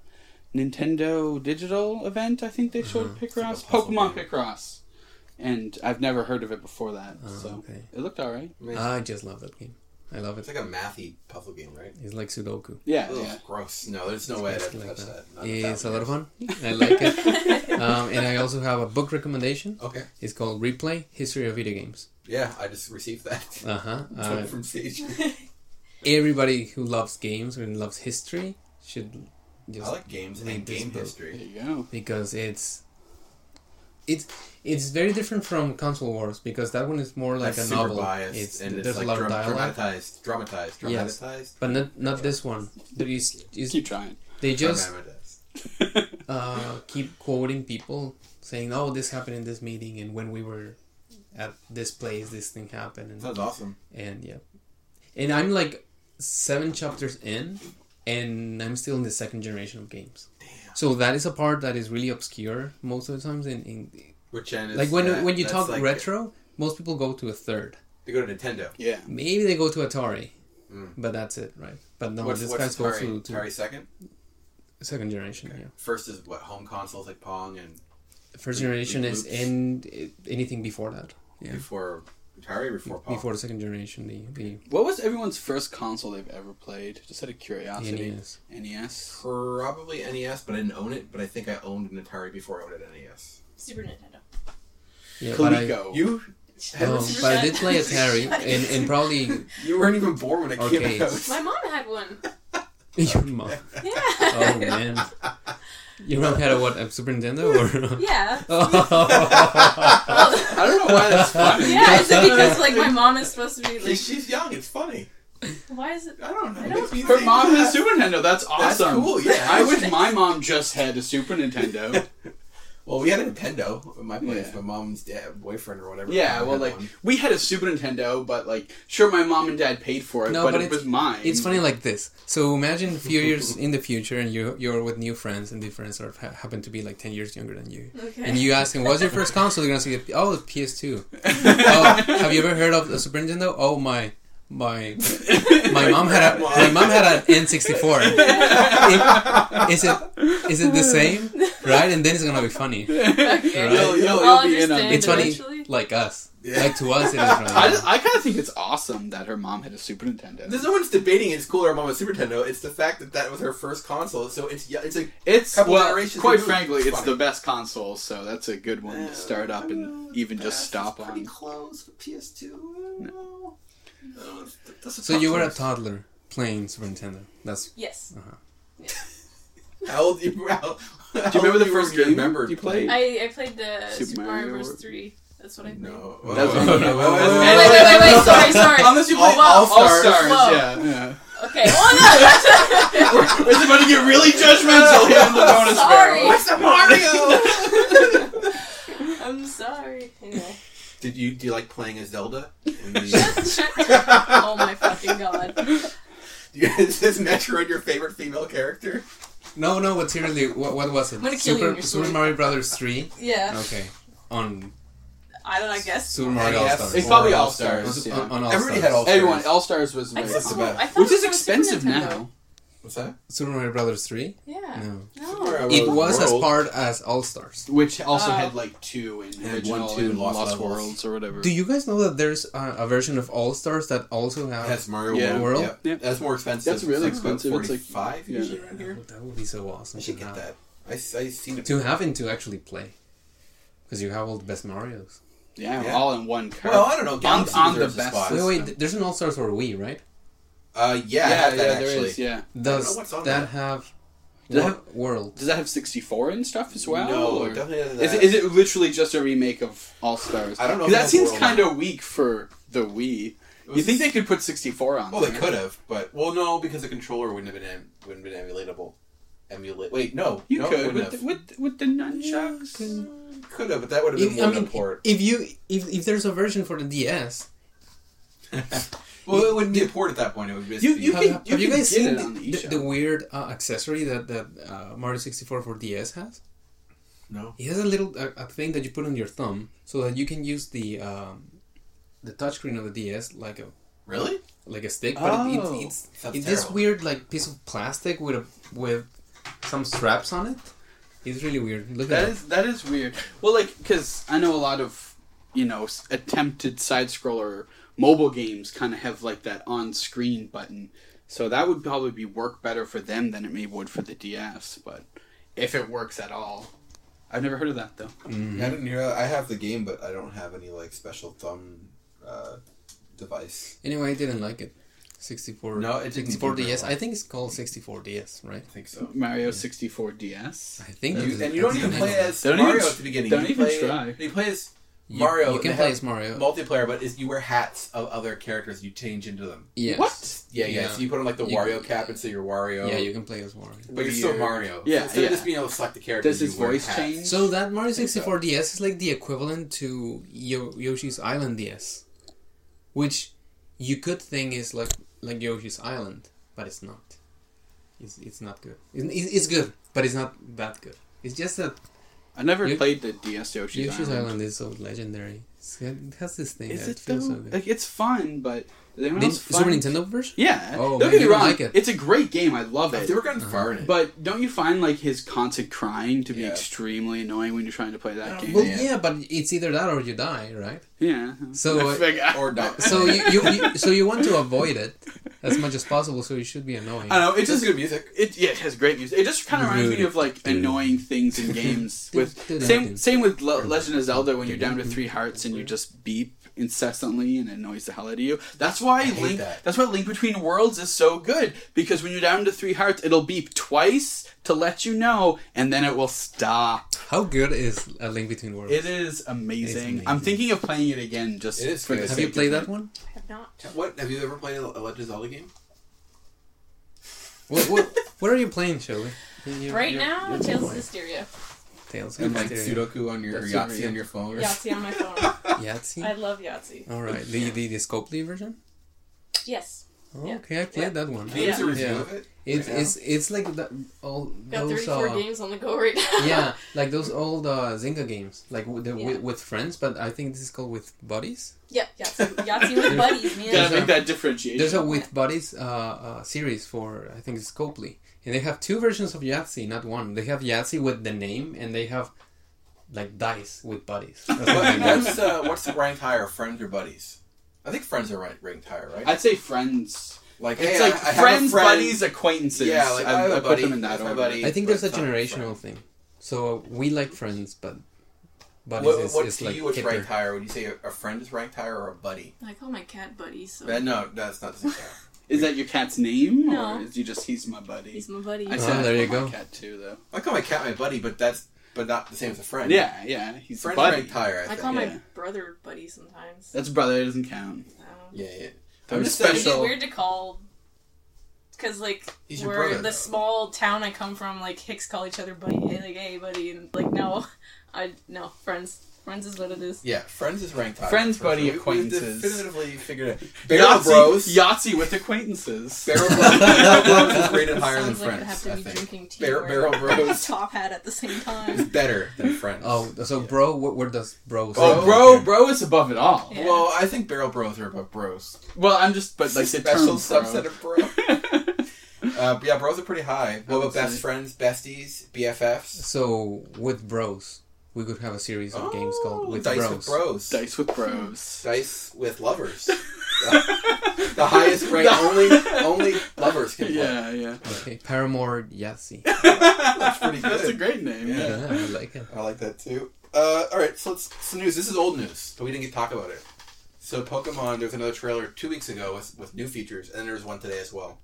Speaker 2: Nintendo Digital event. I think they showed
Speaker 1: It's
Speaker 2: Picross,
Speaker 1: like a puzzle
Speaker 2: Pokemon
Speaker 1: game.
Speaker 2: Picross, and I've never heard of it before that.
Speaker 4: Oh,
Speaker 2: so
Speaker 4: okay.
Speaker 2: it looked all right.
Speaker 4: games? I just love that game. I love
Speaker 1: It's
Speaker 4: it.
Speaker 1: like a mathy puzzle game, right?
Speaker 4: It's like Sudoku.
Speaker 2: Yeah,
Speaker 1: Ugh,
Speaker 2: yeah.
Speaker 1: Gross. No, there's no way I'd ever
Speaker 4: Basically like
Speaker 1: touch
Speaker 4: that.
Speaker 1: that. Not in
Speaker 4: It's a
Speaker 1: thousand
Speaker 4: lot of
Speaker 1: years.
Speaker 4: fun. I like
Speaker 2: (laughs)
Speaker 4: it. um, and I also have a book recommendation.
Speaker 1: Okay.
Speaker 4: It's called Replay History of Video Games.
Speaker 1: Yeah, I just received that. (laughs)
Speaker 4: Uh-huh.
Speaker 1: Someone
Speaker 4: Uh
Speaker 1: from Sage.
Speaker 4: Everybody who loves games and loves history should just
Speaker 1: I like games
Speaker 4: like
Speaker 1: and
Speaker 4: this
Speaker 1: game
Speaker 4: book.
Speaker 2: There
Speaker 1: history.
Speaker 2: you go.
Speaker 4: because it's it's it's very different from console wars because that one is more like
Speaker 1: That's
Speaker 4: a
Speaker 1: super
Speaker 4: novel.
Speaker 1: biased
Speaker 4: It's,
Speaker 1: and
Speaker 4: there's
Speaker 1: it's like
Speaker 4: a lot of
Speaker 1: dram-
Speaker 4: dialogue,
Speaker 1: dramatized, dramatized,
Speaker 4: Yes.
Speaker 1: dramatized.
Speaker 4: but not not this one. There is, is
Speaker 2: Keep trying. (laughs)
Speaker 4: they just
Speaker 1: dramatized.
Speaker 4: uh, keep quoting people saying, "Oh, this happened in this meeting, and when we were at this place, this thing happened." And
Speaker 1: Sounds awesome.
Speaker 4: and yeah and i'm like seven chapters in and i'm still in the second generation of games
Speaker 1: Damn.
Speaker 4: so that is a part that is really obscure most of the times in, in
Speaker 1: Which end is
Speaker 4: like when
Speaker 1: that-
Speaker 4: when you
Speaker 1: that's
Speaker 4: talk
Speaker 1: like-
Speaker 4: retro most people go to a third
Speaker 1: They go to Nintendo.
Speaker 2: Yeah.
Speaker 4: maybe they go to atari
Speaker 1: Mm.
Speaker 4: but that's it right but no
Speaker 1: what's
Speaker 4: this
Speaker 1: what's
Speaker 4: guy's goes
Speaker 1: Atari?
Speaker 4: to, to
Speaker 1: Atari second?
Speaker 4: second generation
Speaker 1: Okay.
Speaker 4: yeah
Speaker 1: First is what home consoles like Pong and
Speaker 4: first
Speaker 1: Re-
Speaker 4: generation is
Speaker 1: reloops.
Speaker 4: and it- anything before that Yeah.
Speaker 1: before Atari before Pong.
Speaker 4: before the second generation the,
Speaker 2: What was everyone's first console they've ever played? Just out of
Speaker 4: the
Speaker 2: curiosity. E
Speaker 4: nes
Speaker 2: NES.
Speaker 1: Probably NES, but I didn't own it. But I think I owned an Atari before I owned an E NES.
Speaker 3: Super Nintendo.
Speaker 4: yeah, but I,
Speaker 2: Coleco.
Speaker 1: You
Speaker 4: um,
Speaker 1: Henry,
Speaker 3: Super
Speaker 4: but I
Speaker 3: Nintendo.
Speaker 4: did play
Speaker 3: (laughs)
Speaker 4: Atari (laughs) and, and probably
Speaker 1: (laughs) you weren't even born when it
Speaker 4: Arcades.
Speaker 1: came out.
Speaker 3: My mom had one.
Speaker 4: Your mom.
Speaker 3: (laughs) Yeah.
Speaker 4: Oh man. Your mom had a what? A uh, Super Nintendo or?
Speaker 3: Yeah.
Speaker 4: Oh.
Speaker 3: Well,
Speaker 2: I don't know why (laughs) that's funny.
Speaker 3: yeah, is it because like my mom is supposed to be
Speaker 1: (laughs)
Speaker 3: like?
Speaker 1: She's young. It's funny.
Speaker 3: Why is it?
Speaker 1: I don't know.
Speaker 3: I don't-
Speaker 1: Maybe
Speaker 2: Her
Speaker 1: they-
Speaker 2: mom has a Super Nintendo. That's awesome.
Speaker 1: That's cool. Yeah,
Speaker 2: I wish my mom just had a Super Nintendo.
Speaker 1: Well, we had a Nintendo. at My place,
Speaker 2: Yeah.
Speaker 1: my mom's dad, boyfriend, or whatever.
Speaker 2: (laughs) Yeah, well,
Speaker 1: had
Speaker 2: like
Speaker 1: one.
Speaker 2: we had a Super Nintendo, but like sure, my mom and dad paid for it,
Speaker 4: No,
Speaker 2: but,
Speaker 4: but
Speaker 2: it
Speaker 4: it's-
Speaker 2: was mine.
Speaker 4: (laughs) It's
Speaker 2: (laughs)
Speaker 4: funny like this. So imagine a few years in the future, and you you're with new friends, and the friends are ha- happen to be like ten years younger than you.
Speaker 3: Okay.
Speaker 4: And you ask them, "What's your first console?" They're gonna say, "Oh, it's PS2." oh,
Speaker 2: (laughs)
Speaker 4: have you ever heard of the Super Nintendo? Oh my, my, my mom had a my mom had an N64. It- Is it is it the same? Right? And then it's gonna be funny.
Speaker 3: Okay.
Speaker 2: You'll- you'll-
Speaker 3: I'll
Speaker 2: you'll be in on
Speaker 3: understand
Speaker 2: it.
Speaker 4: It's uh, funny,
Speaker 3: eventually.
Speaker 4: like us,
Speaker 1: Yeah.
Speaker 4: like to us, it is
Speaker 2: I,
Speaker 4: funny.
Speaker 2: just- I kind of think it's awesome that her mom had a Super Nintendo.
Speaker 1: There's no one's debating it's cool or mom with Super Nintendo. It's the fact that that was her first console, so it's yeah, it's like
Speaker 2: it's
Speaker 1: couple
Speaker 2: well,
Speaker 1: generations
Speaker 2: quite
Speaker 1: removed.
Speaker 2: frankly,
Speaker 1: It's
Speaker 2: it's
Speaker 1: funny.
Speaker 2: the best console, so that's a good one to start up and even just stop
Speaker 1: pretty
Speaker 2: on.
Speaker 1: close for PS2.
Speaker 4: So you were a toddler playing Super Nintendo. That's
Speaker 3: (laughs) Yes.
Speaker 1: How old you were? How, Do
Speaker 2: Do you remember the first game you played?
Speaker 3: I, I played the Super, Mario
Speaker 2: Mario
Speaker 3: Bros.
Speaker 2: World.
Speaker 3: 3. That's what I played.
Speaker 1: No.
Speaker 2: That's-
Speaker 4: Oh,
Speaker 1: Wait,
Speaker 2: (laughs)
Speaker 1: wait, wait,
Speaker 3: Wait, wait, wait, wait, sorry, sorry.
Speaker 2: Unless you played
Speaker 3: Whoa,
Speaker 2: All,
Speaker 3: whoa,
Speaker 2: Stars,
Speaker 3: whoa.
Speaker 2: yeah. yeah.
Speaker 3: Okay, oh
Speaker 2: It's about to get really judgmental here in
Speaker 3: (laughs)
Speaker 2: the
Speaker 1: (laughs)
Speaker 2: bonus barrel.
Speaker 3: Sorry.
Speaker 1: What's the Mario?
Speaker 3: no! (laughs) I'm sorry.
Speaker 4: (laughs)
Speaker 3: Anyway. (laughs)
Speaker 1: Did you do you like playing as (laughs) Zelda?
Speaker 3: oh my fucking
Speaker 4: (laughs)
Speaker 3: god.
Speaker 1: Is this Metroid your favorite female character?
Speaker 4: no, no. But seriously, what, what was it?
Speaker 3: I'm gonna kill you
Speaker 4: Super
Speaker 3: in your
Speaker 4: Super
Speaker 3: sleep.
Speaker 4: Mario Brothers
Speaker 3: (laughs)
Speaker 4: three.
Speaker 3: Yeah.
Speaker 4: Okay, on
Speaker 3: I don't know, I guess.
Speaker 4: Super Mario All
Speaker 1: NES.
Speaker 4: Stars.
Speaker 2: It's probably
Speaker 1: Or
Speaker 2: All Stars.
Speaker 4: On,
Speaker 2: Yeah.
Speaker 4: on, on All
Speaker 1: Everybody
Speaker 4: Stars.
Speaker 1: had All-
Speaker 2: Everyone, All Stars was
Speaker 3: I
Speaker 1: It's
Speaker 2: really
Speaker 3: just
Speaker 1: the
Speaker 2: awesome.
Speaker 1: best.
Speaker 3: I thought
Speaker 2: which
Speaker 3: it
Speaker 2: is
Speaker 3: was Super
Speaker 2: expensive
Speaker 3: Nintendo.
Speaker 2: now.
Speaker 1: What's that?
Speaker 4: Super Mario Brothers three.
Speaker 3: Yeah.
Speaker 4: No,
Speaker 3: No.
Speaker 4: it was as part as All Stars.
Speaker 2: Which also
Speaker 3: Oh.
Speaker 2: had like two in
Speaker 1: Yeah,
Speaker 2: original
Speaker 1: one, two,
Speaker 2: and
Speaker 1: Lost
Speaker 2: Lost,
Speaker 1: Levels.
Speaker 2: Worlds or whatever.
Speaker 4: Do you guys know that there's a, a version of All Stars that also has?
Speaker 1: That's Mario
Speaker 2: Yeah.
Speaker 1: World.
Speaker 4: World?
Speaker 1: Yeah.
Speaker 2: Yeah.
Speaker 1: That's more expensive.
Speaker 2: That's really
Speaker 1: It's like about
Speaker 2: expensive. It's like-
Speaker 1: 45
Speaker 2: yeah.
Speaker 1: usually around here.
Speaker 4: That would be so awesome.
Speaker 1: I should get
Speaker 4: have.
Speaker 1: that. I, I seen it.
Speaker 4: To have and to actually play, because you have all the best Mario's.
Speaker 2: yeah,
Speaker 1: Yeah.
Speaker 2: all in one card.
Speaker 1: Well, I don't know.
Speaker 2: on,
Speaker 1: Galaxy
Speaker 2: on the
Speaker 1: deserves a spot.
Speaker 2: best.
Speaker 4: Wait,
Speaker 1: That's-
Speaker 4: wait. th- There's an All Stars for Wii, right?
Speaker 1: Uh, yeah, I
Speaker 2: Yeah,
Speaker 1: have that
Speaker 2: yeah,
Speaker 1: actually.
Speaker 2: there is. Yeah.
Speaker 4: Does
Speaker 1: know what's on
Speaker 4: that
Speaker 1: that.
Speaker 4: have,
Speaker 2: Does
Speaker 4: Wor-
Speaker 2: it
Speaker 4: World?
Speaker 2: Does that have 64 and stuff as well?
Speaker 1: no,
Speaker 2: or-
Speaker 1: it definitely doesn't.
Speaker 2: Is it, is it literally just a remake of All Stars?
Speaker 1: I don't know if it
Speaker 2: That
Speaker 1: has
Speaker 2: seems
Speaker 1: World.
Speaker 2: kind of weak for the Wii. You think they could put 64 on?
Speaker 1: Well, Oh, they
Speaker 2: there?
Speaker 1: could have, but well, no, because the controller wouldn't have been em- wouldn't have been emulatable. Emulate? Wait, no,
Speaker 2: You
Speaker 1: no, it
Speaker 2: could
Speaker 1: wouldn't
Speaker 2: with,
Speaker 1: have.
Speaker 2: with with the nunchucks.
Speaker 1: could have, but that would have been
Speaker 4: If,
Speaker 1: more
Speaker 4: I
Speaker 1: than a
Speaker 4: mean,
Speaker 1: port.
Speaker 4: if you if, if there's a version for the DS,
Speaker 1: Well, it wouldn't be a port at that point. It would just
Speaker 2: You-
Speaker 1: be.
Speaker 2: you
Speaker 4: have,
Speaker 2: can-
Speaker 4: have
Speaker 2: you
Speaker 4: you
Speaker 2: can
Speaker 4: guys
Speaker 2: get
Speaker 4: seen
Speaker 2: it
Speaker 4: the,
Speaker 2: on the
Speaker 4: the,
Speaker 2: eShop.
Speaker 4: the weird uh, accessory that that uh, Mario 64 for DS has?
Speaker 1: no.
Speaker 4: It has a little a, a thing that you put on your thumb so that you can use the um, the touchscreen of the DS like a
Speaker 1: Really?
Speaker 4: like a stick, but it,
Speaker 2: Oh.
Speaker 4: it, it's
Speaker 1: Sounds
Speaker 4: it's this
Speaker 1: terrible.
Speaker 4: weird like piece of plastic with a with some straps on it. It's really weird. Look
Speaker 2: That
Speaker 4: at it.
Speaker 2: is that is weird. Well, like because I know a lot of you know s- attempted side scroller mobile games kind of have like that on screen button, so that would probably be work better for them than it may would for the DS. But if it works at all, I've never heard of that though.
Speaker 1: I didn't hear. That. I have the game, but I don't have any like special thumb uh, device.
Speaker 4: Anyway, I didn't like it. 64.
Speaker 1: No, it didn't
Speaker 4: 64
Speaker 1: do very
Speaker 4: DS.
Speaker 1: well.
Speaker 4: I think it's called 64 DS, right?
Speaker 1: I think so.
Speaker 2: Mario sixty four DS.
Speaker 4: I think.
Speaker 1: You,
Speaker 4: that's-
Speaker 1: and you
Speaker 4: that's
Speaker 1: don't even
Speaker 4: the
Speaker 1: play
Speaker 4: name.
Speaker 1: as
Speaker 2: Don't
Speaker 1: Mario
Speaker 2: even-
Speaker 1: at the beginning.
Speaker 2: don't
Speaker 1: you
Speaker 2: even
Speaker 1: play,
Speaker 2: try.
Speaker 1: You play as
Speaker 4: You-
Speaker 1: Mario.
Speaker 4: You
Speaker 1: and
Speaker 4: can
Speaker 1: they
Speaker 4: play
Speaker 1: have
Speaker 4: as Mario.
Speaker 1: multiplayer, but is you wear hats of other characters. You change into them.
Speaker 4: yes.
Speaker 2: What?
Speaker 1: Yeah, yeah.
Speaker 4: Yeah.
Speaker 1: So you put on like the
Speaker 4: You-
Speaker 1: Wario cap and say you're Wario.
Speaker 4: Yeah, you can play as Mario.
Speaker 1: But you're still
Speaker 2: Weird.
Speaker 1: Mario.
Speaker 2: Yeah,
Speaker 1: So instead
Speaker 2: yeah.
Speaker 1: of just being able to select the character,
Speaker 2: Does his
Speaker 1: you wear
Speaker 2: voice
Speaker 1: hats.
Speaker 2: change?
Speaker 4: So that Mario
Speaker 1: think so.
Speaker 4: 64 DS is like the equivalent to Yo- Yoshi's Island DS, which you could think is like like Yoshi's Island, but it's not. It's, it's not good. It's, it's it's good, but it's not that good. It's just that
Speaker 2: I never
Speaker 4: You-
Speaker 2: played the DS Yoshi's,
Speaker 4: Yoshi's
Speaker 2: Island.
Speaker 4: Island is so legendary. It's, it has this thing
Speaker 2: Is
Speaker 4: that
Speaker 2: it though?
Speaker 4: feels so good.
Speaker 2: Like it's fun, but is anyone
Speaker 4: Did-
Speaker 2: else
Speaker 4: Super
Speaker 2: find-
Speaker 4: Nintendo version?
Speaker 2: Yeah.
Speaker 4: Oh,
Speaker 2: don't
Speaker 4: man,
Speaker 2: get me
Speaker 4: you don't
Speaker 2: wrong.
Speaker 4: like it.
Speaker 2: It's a great game. I love
Speaker 1: If
Speaker 2: it.
Speaker 1: they were gotten far in it.
Speaker 2: But don't you find like his constant crying to be
Speaker 1: Yeah.
Speaker 2: extremely annoying when you're trying to play that game?
Speaker 4: Well,
Speaker 1: Yeah.
Speaker 4: yeah. but it's either that or you die, right?
Speaker 2: yeah.
Speaker 4: So,
Speaker 2: I
Speaker 4: uh,
Speaker 2: fig-
Speaker 1: or not.
Speaker 4: So you, you, you so you want to avoid it as much as possible. So you should be annoying.
Speaker 2: (laughs) I don't know. It
Speaker 1: it's just
Speaker 2: just
Speaker 1: good music.
Speaker 2: it yeah it has great music. It just kind of reminds me of like annoying things
Speaker 1: (laughs)
Speaker 2: in games. with same same with Le- Legend of Zelda when you're down to three hearts and you just beep incessantly and it annoys the hell out of you. That's why Link.
Speaker 1: that.
Speaker 2: That's why Link Between Worlds is so good because when you're down to three hearts, it'll beep twice to let you know, and then it will stop.
Speaker 4: How good is A Link Between Worlds?
Speaker 2: It is amazing. I'm
Speaker 4: amazing.
Speaker 2: thinking of playing it again just
Speaker 1: It is
Speaker 2: for the
Speaker 1: good.
Speaker 4: Have
Speaker 2: sake
Speaker 4: you played
Speaker 2: of
Speaker 4: that
Speaker 2: it.
Speaker 4: one?
Speaker 3: I have not.
Speaker 1: What have you ever played a a Legend of Zelda game?
Speaker 3: (laughs)
Speaker 4: What, what, what are you playing, Shelly?
Speaker 3: Right now, Tales of Hysteria.
Speaker 4: Tales
Speaker 1: and like
Speaker 4: Mysterio.
Speaker 1: Sudoku on your or
Speaker 2: That's
Speaker 1: Yahtzee
Speaker 2: super-
Speaker 1: on your phone. Or
Speaker 3: Yahtzee on my phone.
Speaker 1: (laughs)
Speaker 3: I
Speaker 4: Yahtzee.
Speaker 3: love Yahtzee.
Speaker 4: All right, the the, the Scopely version.
Speaker 3: Yes.
Speaker 4: Oh,
Speaker 3: Yeah.
Speaker 4: Okay, I played that one.
Speaker 1: Can you give us a review
Speaker 4: Yeah.
Speaker 1: of it?
Speaker 4: It's
Speaker 1: Yeah.
Speaker 4: it's it's like the, all
Speaker 3: Got
Speaker 4: those
Speaker 3: 34
Speaker 4: uh,
Speaker 3: games on the go right now.
Speaker 4: yeah,
Speaker 3: (laughs)
Speaker 4: like those old uh, Zynga games, like with, the,
Speaker 3: Yeah.
Speaker 4: with, with friends, but I think this is called with buddies.
Speaker 3: Yep. Yahtzee, Yahtzee with buddies, man.
Speaker 2: Gotta
Speaker 4: There's
Speaker 2: make
Speaker 4: a-
Speaker 2: that differentiation.
Speaker 4: There's a with buddies uh, uh, series for I think it's Copley, and they have two versions of Yahtzee, not one. They have Yahtzee with the name, and they have like dice with buddies. or
Speaker 2: (laughs)
Speaker 4: something
Speaker 1: What-
Speaker 4: like that.
Speaker 1: what's uh, what's ranked higher, friends or buddies? I think friends are right, ranked higher, right?
Speaker 2: I'd say friends.
Speaker 1: like hey,
Speaker 2: It's
Speaker 1: I-
Speaker 2: like
Speaker 1: I have a
Speaker 2: friends,
Speaker 1: friend-
Speaker 2: buddies, acquaintances.
Speaker 1: Yeah, like, I have a
Speaker 2: put
Speaker 1: buddy,
Speaker 2: them in that
Speaker 1: that's my
Speaker 2: order.
Speaker 1: buddy.
Speaker 4: I think there's a
Speaker 1: But it's not
Speaker 4: generational thing. So we like friends, but buddies
Speaker 1: What,
Speaker 4: is,
Speaker 1: what
Speaker 4: is
Speaker 1: to
Speaker 4: like
Speaker 1: you is
Speaker 4: hipper.
Speaker 1: ranked higher? Would you say a, a friend is ranked higher or a buddy?
Speaker 3: I call oh, my cat buddy, so
Speaker 1: Uh, no, that's not the same. thing.
Speaker 2: Is that your cat's name?
Speaker 3: No.
Speaker 2: Or is you just he's my buddy?
Speaker 3: he's my buddy.
Speaker 2: I
Speaker 4: Oh,
Speaker 2: said that
Speaker 4: there you
Speaker 2: for my
Speaker 4: go.
Speaker 2: Cat too, though.
Speaker 1: I call my cat my buddy, but that's but not the same as a friend.
Speaker 2: Yeah, yeah. He's
Speaker 1: friends
Speaker 2: a
Speaker 1: are
Speaker 2: buddy.
Speaker 1: ranked higher. I,
Speaker 3: I
Speaker 1: think.
Speaker 3: call
Speaker 2: yeah.
Speaker 3: my brother buddy sometimes.
Speaker 2: That's brother. It doesn't count.
Speaker 3: Um,
Speaker 1: yeah, yeah.
Speaker 2: They're
Speaker 1: just
Speaker 3: Is
Speaker 1: saying-
Speaker 2: special.
Speaker 3: it weird to call? Because like
Speaker 1: He's your
Speaker 3: we're
Speaker 1: brother,
Speaker 3: the
Speaker 1: though.
Speaker 3: small town I come from, like Hicks call each other buddy, hey, like hey buddy, and like no, (laughs) I no friends. Friends is what it is.
Speaker 1: Yeah, friends is ranked higher.
Speaker 2: Friends,
Speaker 1: For sure.
Speaker 2: buddy,
Speaker 1: We- we've
Speaker 2: acquaintances.
Speaker 1: definitively figured it.
Speaker 2: (laughs)
Speaker 1: out. Barrel Bros.
Speaker 2: Yahtzee with acquaintances. (laughs)
Speaker 1: Barrel Bros. Barrel Bros is rated
Speaker 3: It
Speaker 1: higher than
Speaker 3: sounds like
Speaker 1: friends.
Speaker 3: I
Speaker 1: I
Speaker 3: have to be
Speaker 1: think
Speaker 3: drinking tea.
Speaker 1: Bar-
Speaker 3: or (laughs)
Speaker 1: Barrel Bros
Speaker 3: Top hat at the same
Speaker 1: is
Speaker 3: time.
Speaker 1: better than
Speaker 3: (laughs)
Speaker 1: friends.
Speaker 4: Oh, so bro, wh- where does bro?
Speaker 2: Oh,
Speaker 4: stand?
Speaker 2: bro, bro is above it all.
Speaker 3: Yeah.
Speaker 1: Well, I think Barrel Bros are above Bros.
Speaker 2: Well, I'm just, but like the
Speaker 1: special
Speaker 2: term
Speaker 1: subset of Bro.
Speaker 2: bro.
Speaker 1: Uh, yeah, Bros are pretty high. What
Speaker 2: would
Speaker 1: about best
Speaker 2: say-
Speaker 1: friends, besties, BFFs?
Speaker 4: So with bros, we could have a series of games called
Speaker 1: Oh,
Speaker 4: with
Speaker 1: Dice
Speaker 4: bros.
Speaker 1: with Bros.
Speaker 2: (laughs) Dice with bros.
Speaker 1: Dice with
Speaker 2: (laughs)
Speaker 1: lovers. the highest rank only only lovers can play.
Speaker 2: Yeah, yeah.
Speaker 4: Okay, Paramore Yahtzee.
Speaker 1: (laughs)
Speaker 4: (laughs)
Speaker 1: That's pretty good.
Speaker 2: That's a great name.
Speaker 1: Yeah.
Speaker 2: Yeah.
Speaker 4: yeah, I like it.
Speaker 1: I like that too. Uh, all right, so let's some news. This is old news, but we didn't get to talk about it. So Pokemon, there was another trailer two weeks ago with with new features, and there was one today as well.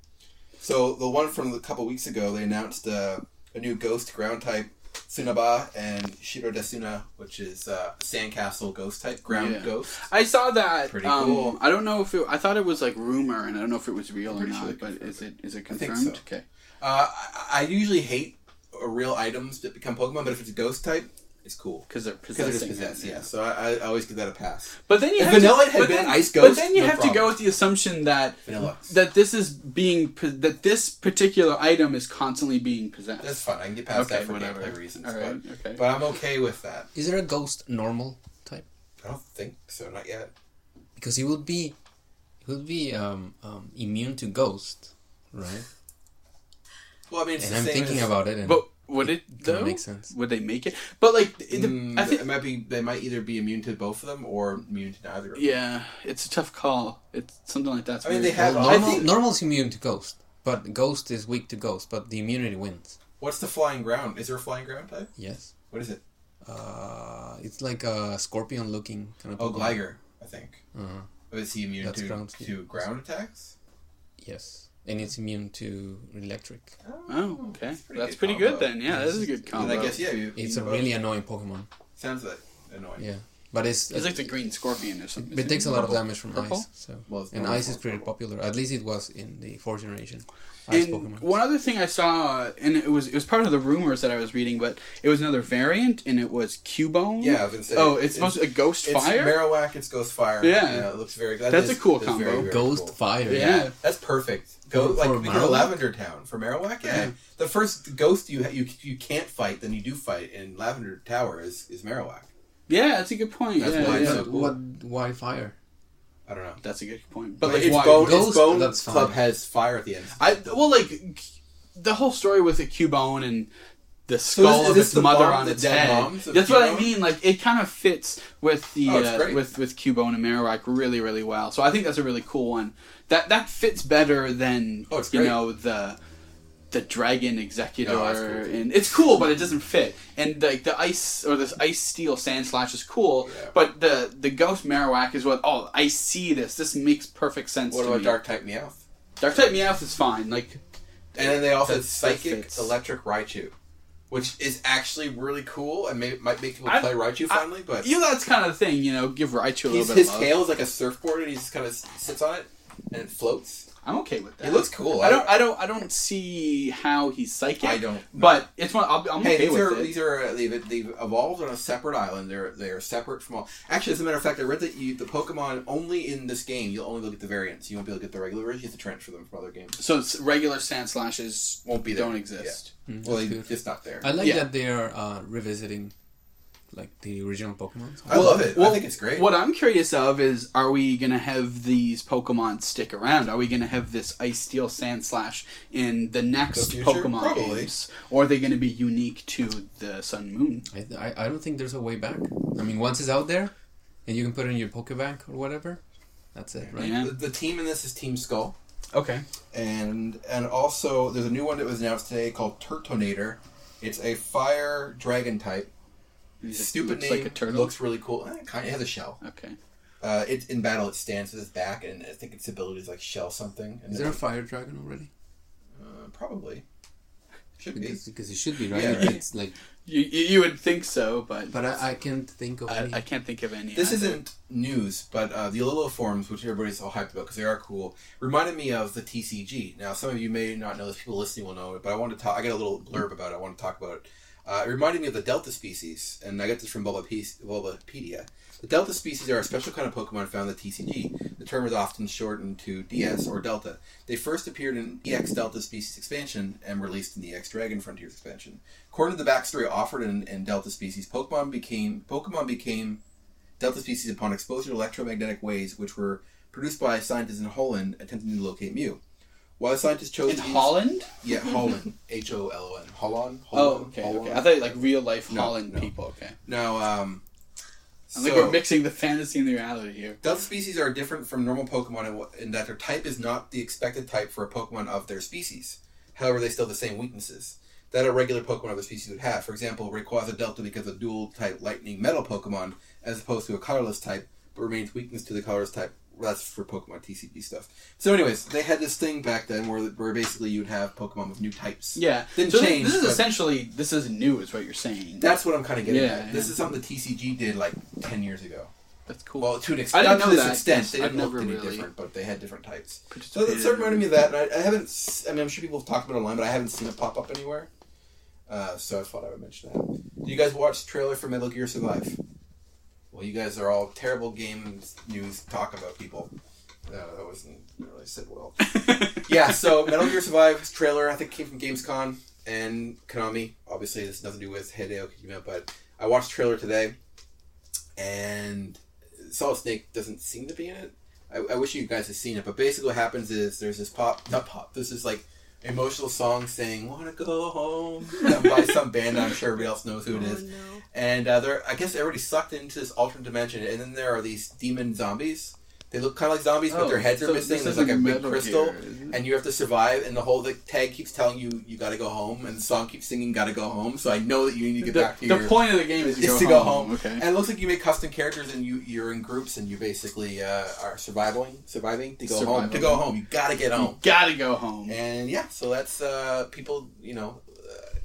Speaker 1: So the one from a couple weeks ago, they announced uh, a new Ghost Ground type Tsunaba and Shiro Desuna, which is uh, Sandcastle Ghost type Ground
Speaker 2: Yeah.
Speaker 1: Ghost.
Speaker 2: I saw that.
Speaker 1: Pretty
Speaker 2: um,
Speaker 1: cool.
Speaker 2: I don't know if it. I thought it was like rumor, and I don't know if it was real
Speaker 1: I'm
Speaker 2: or
Speaker 1: pretty sure
Speaker 2: not.
Speaker 1: they
Speaker 2: but
Speaker 1: confirmed
Speaker 2: is it is it
Speaker 1: I think
Speaker 2: confirmed?
Speaker 1: so.
Speaker 2: Okay.
Speaker 1: Uh, I, I usually hate uh, real items that become Pokemon, but if it's a Ghost type, it's cool.
Speaker 2: Because they're
Speaker 1: Because it is
Speaker 2: possessing. it,
Speaker 1: possessed, yeah. So I, I always give that a pass.
Speaker 2: But then you
Speaker 1: If
Speaker 2: have
Speaker 1: vanilla
Speaker 2: to,
Speaker 1: had
Speaker 2: but
Speaker 1: been
Speaker 2: then,
Speaker 1: ice
Speaker 2: But
Speaker 1: ghost,
Speaker 2: then you
Speaker 1: no
Speaker 2: have to
Speaker 1: problem.
Speaker 2: go with the assumption that
Speaker 1: Vanilla.
Speaker 2: that this is being po- that this particular item is constantly being possessed.
Speaker 1: That's fine. I can get past
Speaker 2: Okay,
Speaker 1: that for
Speaker 2: whatever.
Speaker 1: gameplay reasons.
Speaker 2: All right. Okay.
Speaker 1: but, but I'm okay with that.
Speaker 4: Is there a ghost normal type?
Speaker 1: I don't think so. Not yet.
Speaker 4: Because he would be, he would be um, um, immune to ghost, right?
Speaker 1: Well, I mean, it's
Speaker 4: And
Speaker 1: the
Speaker 4: I'm
Speaker 1: same
Speaker 4: thinking
Speaker 1: as-
Speaker 4: about it, and
Speaker 2: But would it
Speaker 4: kinda
Speaker 2: though?
Speaker 4: makes sense.
Speaker 2: Would they make it? But like, it,
Speaker 1: Mm,
Speaker 2: I think
Speaker 1: it might be. They might either be immune to both of them or immune to neither. of them.
Speaker 2: yeah, it's a tough call. It's something like that.
Speaker 1: I mean, they have-
Speaker 4: normal,
Speaker 1: I think-
Speaker 4: normal's immune to ghost, but ghost is weak to ghost, but the immunity wins.
Speaker 1: What's the flying ground? Is there a flying ground type?
Speaker 4: Yes.
Speaker 1: What is it?
Speaker 4: Uh, it's like a scorpion-looking kind of.
Speaker 1: Oh,
Speaker 4: Pokemon.
Speaker 1: Gligar, I think.
Speaker 4: Uh-huh.
Speaker 1: Is he immune
Speaker 4: That's
Speaker 1: to
Speaker 4: ground, yeah.
Speaker 1: to ground attacks?
Speaker 4: Yes, and it's immune to electric.
Speaker 2: Oh, okay. That's pretty, good,
Speaker 1: combo.
Speaker 2: then. Yeah, that's a good
Speaker 1: And
Speaker 2: combo.
Speaker 1: I guess yeah, you,
Speaker 4: It's
Speaker 1: you
Speaker 4: a
Speaker 1: both-
Speaker 4: really annoying Pokemon.
Speaker 1: sounds like annoying.
Speaker 4: Yeah, but it's
Speaker 2: it's like the green scorpion or something.
Speaker 4: it takes a lot of damage from
Speaker 2: Purple?
Speaker 4: ice. So
Speaker 1: Well, it's
Speaker 4: and
Speaker 1: normal
Speaker 4: ice is
Speaker 1: for
Speaker 4: pretty
Speaker 1: purple.
Speaker 4: popular. At least it was in the fourth generation. Ice
Speaker 2: And
Speaker 4: Pokemon.
Speaker 2: one other thing I saw, and it was it was part of the rumors that I was reading, but it was another variant, and it was Cubone.
Speaker 1: Yeah, I've been saying.
Speaker 2: Oh, it's supposed to a ghost
Speaker 1: It's
Speaker 2: fire.
Speaker 1: Marowak, it's Ghost Fire.
Speaker 2: Yeah.
Speaker 1: it looks very good.
Speaker 2: That's a cool
Speaker 1: that's very,
Speaker 2: combo.
Speaker 1: very
Speaker 4: Ghost
Speaker 1: cool.
Speaker 4: Fire.
Speaker 2: Yeah.
Speaker 1: That's perfect. Go
Speaker 4: For-
Speaker 1: like
Speaker 4: for
Speaker 1: we go to
Speaker 4: Marowak?
Speaker 1: Lavender Town for Marowak. Yeah.
Speaker 2: Yeah.
Speaker 1: the first ghost you ha- you you can't fight, then you do fight in Lavender Tower is is Marowak.
Speaker 2: yeah, that's a good point.
Speaker 1: That's
Speaker 2: yeah,
Speaker 1: why it's
Speaker 2: yeah.
Speaker 1: so
Speaker 4: But
Speaker 1: cool.
Speaker 4: what? Why fire?
Speaker 1: I don't know,
Speaker 2: That's a good point.
Speaker 1: but
Speaker 2: But like,
Speaker 1: it's
Speaker 2: why?
Speaker 1: Bone, it's
Speaker 4: Ghost,
Speaker 1: Bone
Speaker 4: that's
Speaker 1: Club
Speaker 4: fine.
Speaker 1: has fire at the end.
Speaker 2: I well, like the whole story with the Cubone and the
Speaker 1: is-
Speaker 2: skull
Speaker 1: is
Speaker 2: of
Speaker 1: this
Speaker 2: its
Speaker 1: the
Speaker 2: mother
Speaker 1: mom,
Speaker 2: on
Speaker 1: the
Speaker 2: its
Speaker 1: dead
Speaker 2: head.
Speaker 1: moms of
Speaker 2: That's what I
Speaker 1: Cubone?
Speaker 2: mean. Like it kind of fits with the
Speaker 1: Oh, it's
Speaker 2: uh,
Speaker 1: great.
Speaker 2: with with Cubone and Marowak really really well. So I think that's a really cool one. That that fits better than
Speaker 1: Oh, it's
Speaker 2: you
Speaker 1: great.
Speaker 2: know the the dragon executor
Speaker 1: No, that's cool.
Speaker 2: and it's cool but it doesn't fit and like the ice or this ice steel sand slash is cool
Speaker 1: Yeah.
Speaker 2: but the the ghost marowak is what oh i see this this makes perfect sense
Speaker 1: What
Speaker 2: to
Speaker 1: about
Speaker 2: me.
Speaker 1: Dark Type Meowth?
Speaker 2: dark type meowth is fine like
Speaker 1: And then they also had
Speaker 2: That- that
Speaker 1: Psychic
Speaker 2: fits.
Speaker 1: Electric Raichu, which is actually really cool and may, might make people
Speaker 2: I-
Speaker 1: play Raichu
Speaker 2: I-
Speaker 1: finally. but
Speaker 2: You know, that's kind of the thing, you know, give Raichu a little
Speaker 1: he's,
Speaker 2: bit
Speaker 1: his
Speaker 2: of love.
Speaker 1: tail is like a surfboard, and he just kind of sits on it and it floats.
Speaker 2: I'm okay with that.
Speaker 1: It looks cool.
Speaker 2: I don't. I don't. I don't see how he's psychic.
Speaker 1: I don't-
Speaker 2: But it's one. I'll, be- I'm
Speaker 1: Hey,
Speaker 2: okay
Speaker 1: these
Speaker 2: with
Speaker 1: are,
Speaker 2: it.
Speaker 1: these are uh, they've, they've evolved on a separate island. They're they are separate from all. Actually, as a matter of fact, I read that you the Pokemon only in this game you'll only look at the variants. You won't be able to get the regular versions. You have to transfer them from other games.
Speaker 2: So it's regular sand slashes
Speaker 1: Won't be there.
Speaker 2: don't exist.
Speaker 4: Mm,
Speaker 1: Well,
Speaker 4: that's
Speaker 1: they
Speaker 4: good.
Speaker 1: just not there.
Speaker 4: I like
Speaker 2: Yeah.
Speaker 4: that they are uh, revisiting, like the original Pokemon.
Speaker 1: I
Speaker 2: Well,
Speaker 1: love it.
Speaker 2: well,
Speaker 1: I think it's great.
Speaker 2: What I'm curious of is, are we gonna have these Pokemon stick around? Are we gonna have this Ice Steel Sand Slash in the next
Speaker 1: The future?
Speaker 2: Pokemon
Speaker 1: Probably.
Speaker 2: games, or are they gonna be unique to the Sun and Moon?
Speaker 4: I, I, I don't think there's a way back. I mean, once it's out there, and you can put it in your Pokebank or whatever, that's it, right?
Speaker 2: Yeah.
Speaker 1: the, the team in this is Team Skull,
Speaker 2: Okay.
Speaker 1: and and also there's a new one that was announced today called Turtonator. It's a fire dragon type. Stupid
Speaker 2: looks
Speaker 1: name.
Speaker 2: like a turtle.
Speaker 1: Looks really cool. kind of has a shell.
Speaker 2: okay.
Speaker 1: Uh, it in battle it stands with its back, and I think its ability is like shell something. And
Speaker 4: Is there a Fire Dragon already?
Speaker 1: Uh, probably. Should be.
Speaker 4: Because, because it should be right.
Speaker 1: Yeah, right.
Speaker 4: It's like,
Speaker 2: You, you you would think so, but
Speaker 4: but I, I can't think of
Speaker 2: I,
Speaker 4: any.
Speaker 2: I can't think of any.
Speaker 1: This
Speaker 2: either.
Speaker 1: isn't news, but uh, the Alolo forms, which everybody's all hyped about because they are cool, reminded me of the TCG. Now, some of you may not know this; people listening will know it. But I want to talk. I got a little blurb about it. I want to talk about it. Uh, it reminded me of the Delta species, and I got this from Bulbapedia. Bulbapedia. The Delta species are a special kind of Pokemon found in the TCG. The term is often shortened to DS or Delta. They first appeared in EX Delta Species expansion and were released in the EX Dragon Frontiers expansion. According to the backstory offered in, in Delta Species, Pokemon became Pokemon became Delta species upon exposure to electromagnetic waves, which were produced by scientists in Holland attempting to locate mu. While the scientists chose
Speaker 2: in
Speaker 1: to use-
Speaker 2: Holland.
Speaker 1: yeah, Holland, H O L O N, Holland. Holland
Speaker 2: Oh, okay,
Speaker 1: Holland.
Speaker 2: okay. I thought like real life
Speaker 1: No,
Speaker 2: Holland
Speaker 1: no.
Speaker 2: people. Okay.
Speaker 1: no. Um,
Speaker 2: I think
Speaker 1: so-
Speaker 2: we're mixing the fantasy and the reality here.
Speaker 1: Delta species are different from normal Pokemon in, wh- in that their type is not the expected type for a Pokemon of their species. However, they still have the same weaknesses that a regular Pokemon of their species would have. For example, Rayquaza Delta becomes a dual type lightning metal Pokemon as opposed to a colorless type, but remains weakness to the colorless type. Well, that's for Pokemon TCG stuff. So, anyways, they had this thing back then where, where basically you'd have Pokemon with new types.
Speaker 2: Yeah.
Speaker 1: Didn't
Speaker 2: so thi-
Speaker 1: change,
Speaker 2: This, is
Speaker 1: but-
Speaker 2: essentially this is new, is what you're saying.
Speaker 1: That's what I'm kind of getting
Speaker 2: Yeah,
Speaker 1: at. This
Speaker 2: yeah.
Speaker 1: is something the TCG did like 10 years ago.
Speaker 2: That's cool.
Speaker 1: Well, to an
Speaker 2: I
Speaker 1: extent,
Speaker 2: didn't
Speaker 1: not
Speaker 2: know
Speaker 1: to this
Speaker 2: that.
Speaker 1: extent, they
Speaker 2: I've
Speaker 1: didn't look
Speaker 2: never
Speaker 1: any
Speaker 2: really-
Speaker 1: different, but they had different types. So
Speaker 2: Participated
Speaker 1: that sort of reminded
Speaker 2: in-
Speaker 1: me of that. and I, I haven't. s- I mean, I'm sure people have talked about it online, but I haven't seen it pop up anywhere. Uh, so I thought I would mention that. Do you guys watch the trailer for Metal Gear Survive? Well, you guys are all terrible games news talk about people. Uh, that wasn't really said well. yeah. So Metal Gear Survive trailer, I think, came from GamesCon and Konami. Obviously, this has nothing to do with Hideo Kojima, but I watched the trailer today, and Solid Snake doesn't seem to be in it. I, I wish you guys had seen it, but basically what happens is there's this pop, not pop, this is like emotional song saying "Wanna Go Home" (laughs) by some band. I'm sure everybody else knows who it is.
Speaker 3: Oh, no.
Speaker 1: And uh, they're, I guess, everybody's sucked into this alternate dimension, and then there are these demon zombies. They look kind of like zombies, but their heads are
Speaker 2: Oh, so
Speaker 1: missing.
Speaker 2: this
Speaker 1: There's
Speaker 2: isn't
Speaker 1: like a big
Speaker 2: Metal
Speaker 1: crystal,
Speaker 2: Gear, is it?
Speaker 1: and you have to survive. And the whole the tag keeps telling you you gotta go home, and the song keeps singing gotta go home. So I know that you need to get
Speaker 2: the,
Speaker 1: back to
Speaker 2: the
Speaker 1: your
Speaker 2: point of the game is,
Speaker 1: is
Speaker 2: to go home. Okay.
Speaker 1: And it looks like you make custom characters and you you're in groups and you basically uh, are surviving surviving to go home to
Speaker 2: Surviving.
Speaker 1: go home. You gotta get
Speaker 2: you
Speaker 1: home.
Speaker 2: gotta go home.
Speaker 1: And yeah, so that's uh, people. You know, uh,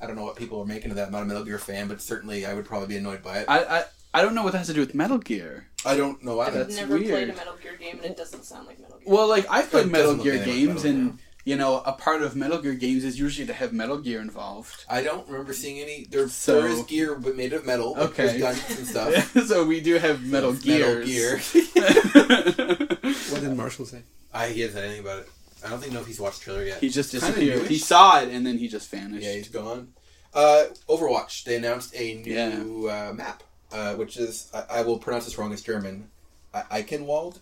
Speaker 1: I don't know what people are making of that. I'm not a Metal Gear fan, but certainly I would probably be annoyed by it. I,
Speaker 2: I, I I don't know what that has to do with Metal Gear.
Speaker 1: don't know either.
Speaker 2: Uh, That's
Speaker 3: I've never played
Speaker 2: weird.
Speaker 3: a Metal Gear game, and it doesn't sound like Metal Gear.
Speaker 2: Well, like I've played
Speaker 1: It
Speaker 2: Metal
Speaker 1: doesn't look
Speaker 2: Gear
Speaker 1: anything like
Speaker 2: games,
Speaker 1: Metal
Speaker 2: and you know, a part of Metal Gear games is usually to have Metal Gear involved.
Speaker 1: I don't remember seeing any. There,
Speaker 2: So-
Speaker 1: there is gear but made of metal. like,
Speaker 2: Okay.
Speaker 1: There's guns and
Speaker 2: (laughs)
Speaker 1: stuff. (laughs)
Speaker 2: so we do have Metal
Speaker 1: Metal
Speaker 2: Gears. (laughs)
Speaker 1: Gear. (laughs)
Speaker 4: What did Marshall say?
Speaker 1: I, he hasn't said anything about it. I don't think know if he's watched the trailer yet.
Speaker 2: he just
Speaker 1: Kinda
Speaker 2: disappeared. He
Speaker 1: newish.
Speaker 2: saw it and then he just vanished.
Speaker 1: Yeah, he's gone. Uh, Overwatch. They announced a new uh, map, uh, which is I, I will pronounce this wrong. It's German. I- Eichenwald.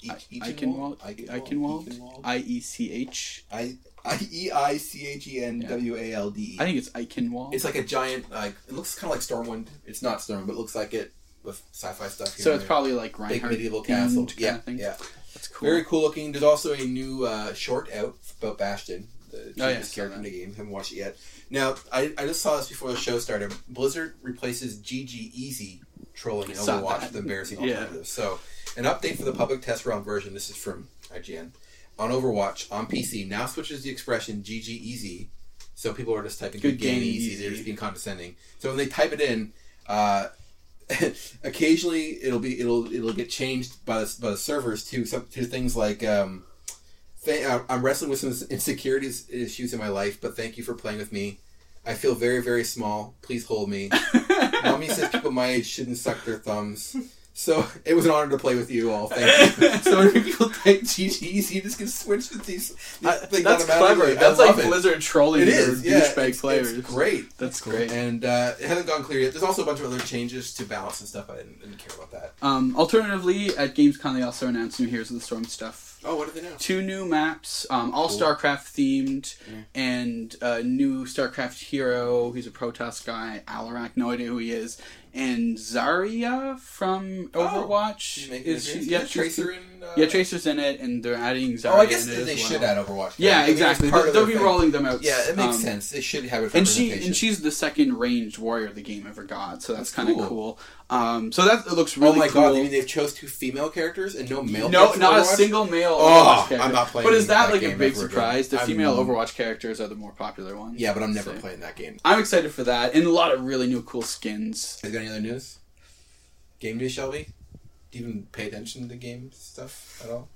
Speaker 1: E-
Speaker 2: Eichenwald. Eichenwald. I E C H.
Speaker 1: I I E I C H E N W A L D
Speaker 2: I
Speaker 1: E.
Speaker 2: think it's Eichenwald.
Speaker 1: It's like a giant. Like it looks kind of like Stormwind. It's not Stormwind, but it looks like it with sci-fi stuff. Here
Speaker 2: so
Speaker 1: and
Speaker 2: it's
Speaker 1: there.
Speaker 2: probably like
Speaker 1: big
Speaker 2: Reinhardt
Speaker 1: medieval
Speaker 2: themed
Speaker 1: castle.
Speaker 2: kind
Speaker 1: Yeah,
Speaker 2: of thing.
Speaker 1: yeah.
Speaker 2: That's cool. (laughs)
Speaker 1: Very cool looking. There's also a new uh, short out about Bastion, the cheapest
Speaker 2: Oh, yeah, I saw
Speaker 1: character in
Speaker 2: that.
Speaker 1: the game. Haven't watched it yet. Now, I, I just saw this before the show started. Blizzard replaces GG Easy trolling in
Speaker 2: Saw
Speaker 1: Overwatch
Speaker 2: that.
Speaker 1: with embarrassing
Speaker 2: (laughs) Yeah.
Speaker 1: alternatives. So, an update for the public test realm version. This is from IGN on Overwatch on PC now switches the expression GG Easy, so people are just typing
Speaker 2: Good
Speaker 1: good, game,
Speaker 2: game,
Speaker 1: easy.
Speaker 2: easy.
Speaker 1: They're just being condescending. So when they type it in. Uh, (laughs) occasionally it'll be it'll it'll get changed by the, by the servers to some to things like um, th- I'm wrestling with some insecurities issues in my life, but thank you for playing with me. I feel very, very small. Please hold me. Mommy says people my age shouldn't suck their thumbs. So (laughs) it was an honor to play with you all. Thank
Speaker 2: (laughs)
Speaker 1: you. so many people type GGs, you just can switch with these. these
Speaker 2: I-
Speaker 1: things
Speaker 2: that's
Speaker 1: automatically.
Speaker 2: clever.
Speaker 1: I
Speaker 2: That's
Speaker 1: love
Speaker 2: like
Speaker 1: it.
Speaker 2: Blizzard trolling
Speaker 1: It
Speaker 2: their
Speaker 1: is. Yeah,
Speaker 2: douchebag
Speaker 1: it's,
Speaker 2: players.
Speaker 1: it's great.
Speaker 2: That's great.
Speaker 1: And uh, it hasn't gone clear yet. There's also a bunch of other changes to balance and stuff. I didn't, didn't care about that.
Speaker 2: Um, alternatively, at Gamescom they also announced new Heroes of the Storm stuff.
Speaker 1: Oh, what did they know?
Speaker 2: Two new maps, um, all StarCraft themed, and a new StarCraft hero. He's a Protoss guy, Alarak, no idea who he is, and Zarya from Overwatch.
Speaker 1: She's Oh, making
Speaker 2: is
Speaker 1: is
Speaker 2: she, yeah, she's-
Speaker 1: Tracer and uh,
Speaker 2: yeah, Tracer's in it, and they're adding Zarya.
Speaker 1: Oh, I guess
Speaker 2: in
Speaker 1: they
Speaker 2: it as well.
Speaker 1: should add Overwatch. I
Speaker 2: Yeah,
Speaker 1: mean, it's
Speaker 2: exactly.
Speaker 1: part
Speaker 2: They'll,
Speaker 1: of their
Speaker 2: they'll be
Speaker 1: thing.
Speaker 2: rolling them out.
Speaker 1: Yeah, it makes
Speaker 2: um,
Speaker 1: sense. They should have it. For
Speaker 2: and she
Speaker 1: presentation.
Speaker 2: and she's the second ranged warrior the game ever got, so that's kind of
Speaker 1: Cool.
Speaker 2: cool. Um, so that it looks
Speaker 1: Oh
Speaker 2: really
Speaker 1: my
Speaker 2: cool.
Speaker 1: god! You mean they've chose two female characters and no male?
Speaker 2: no,
Speaker 1: characters for
Speaker 2: not a
Speaker 1: Overwatch?
Speaker 2: single male.
Speaker 1: Oh,
Speaker 2: Overwatch character.
Speaker 1: I'm not playing
Speaker 2: But is that
Speaker 1: that
Speaker 2: like a
Speaker 1: game
Speaker 2: big
Speaker 1: ever again.
Speaker 2: surprise? The
Speaker 1: I'm-
Speaker 2: female Overwatch characters are the more popular ones.
Speaker 1: Yeah, but I'm never
Speaker 2: So-
Speaker 1: playing that game.
Speaker 2: I'm excited for that, and a lot of really new cool skins.
Speaker 1: Is there any other news? Game news, Shelby? Do you even pay attention to game stuff at all?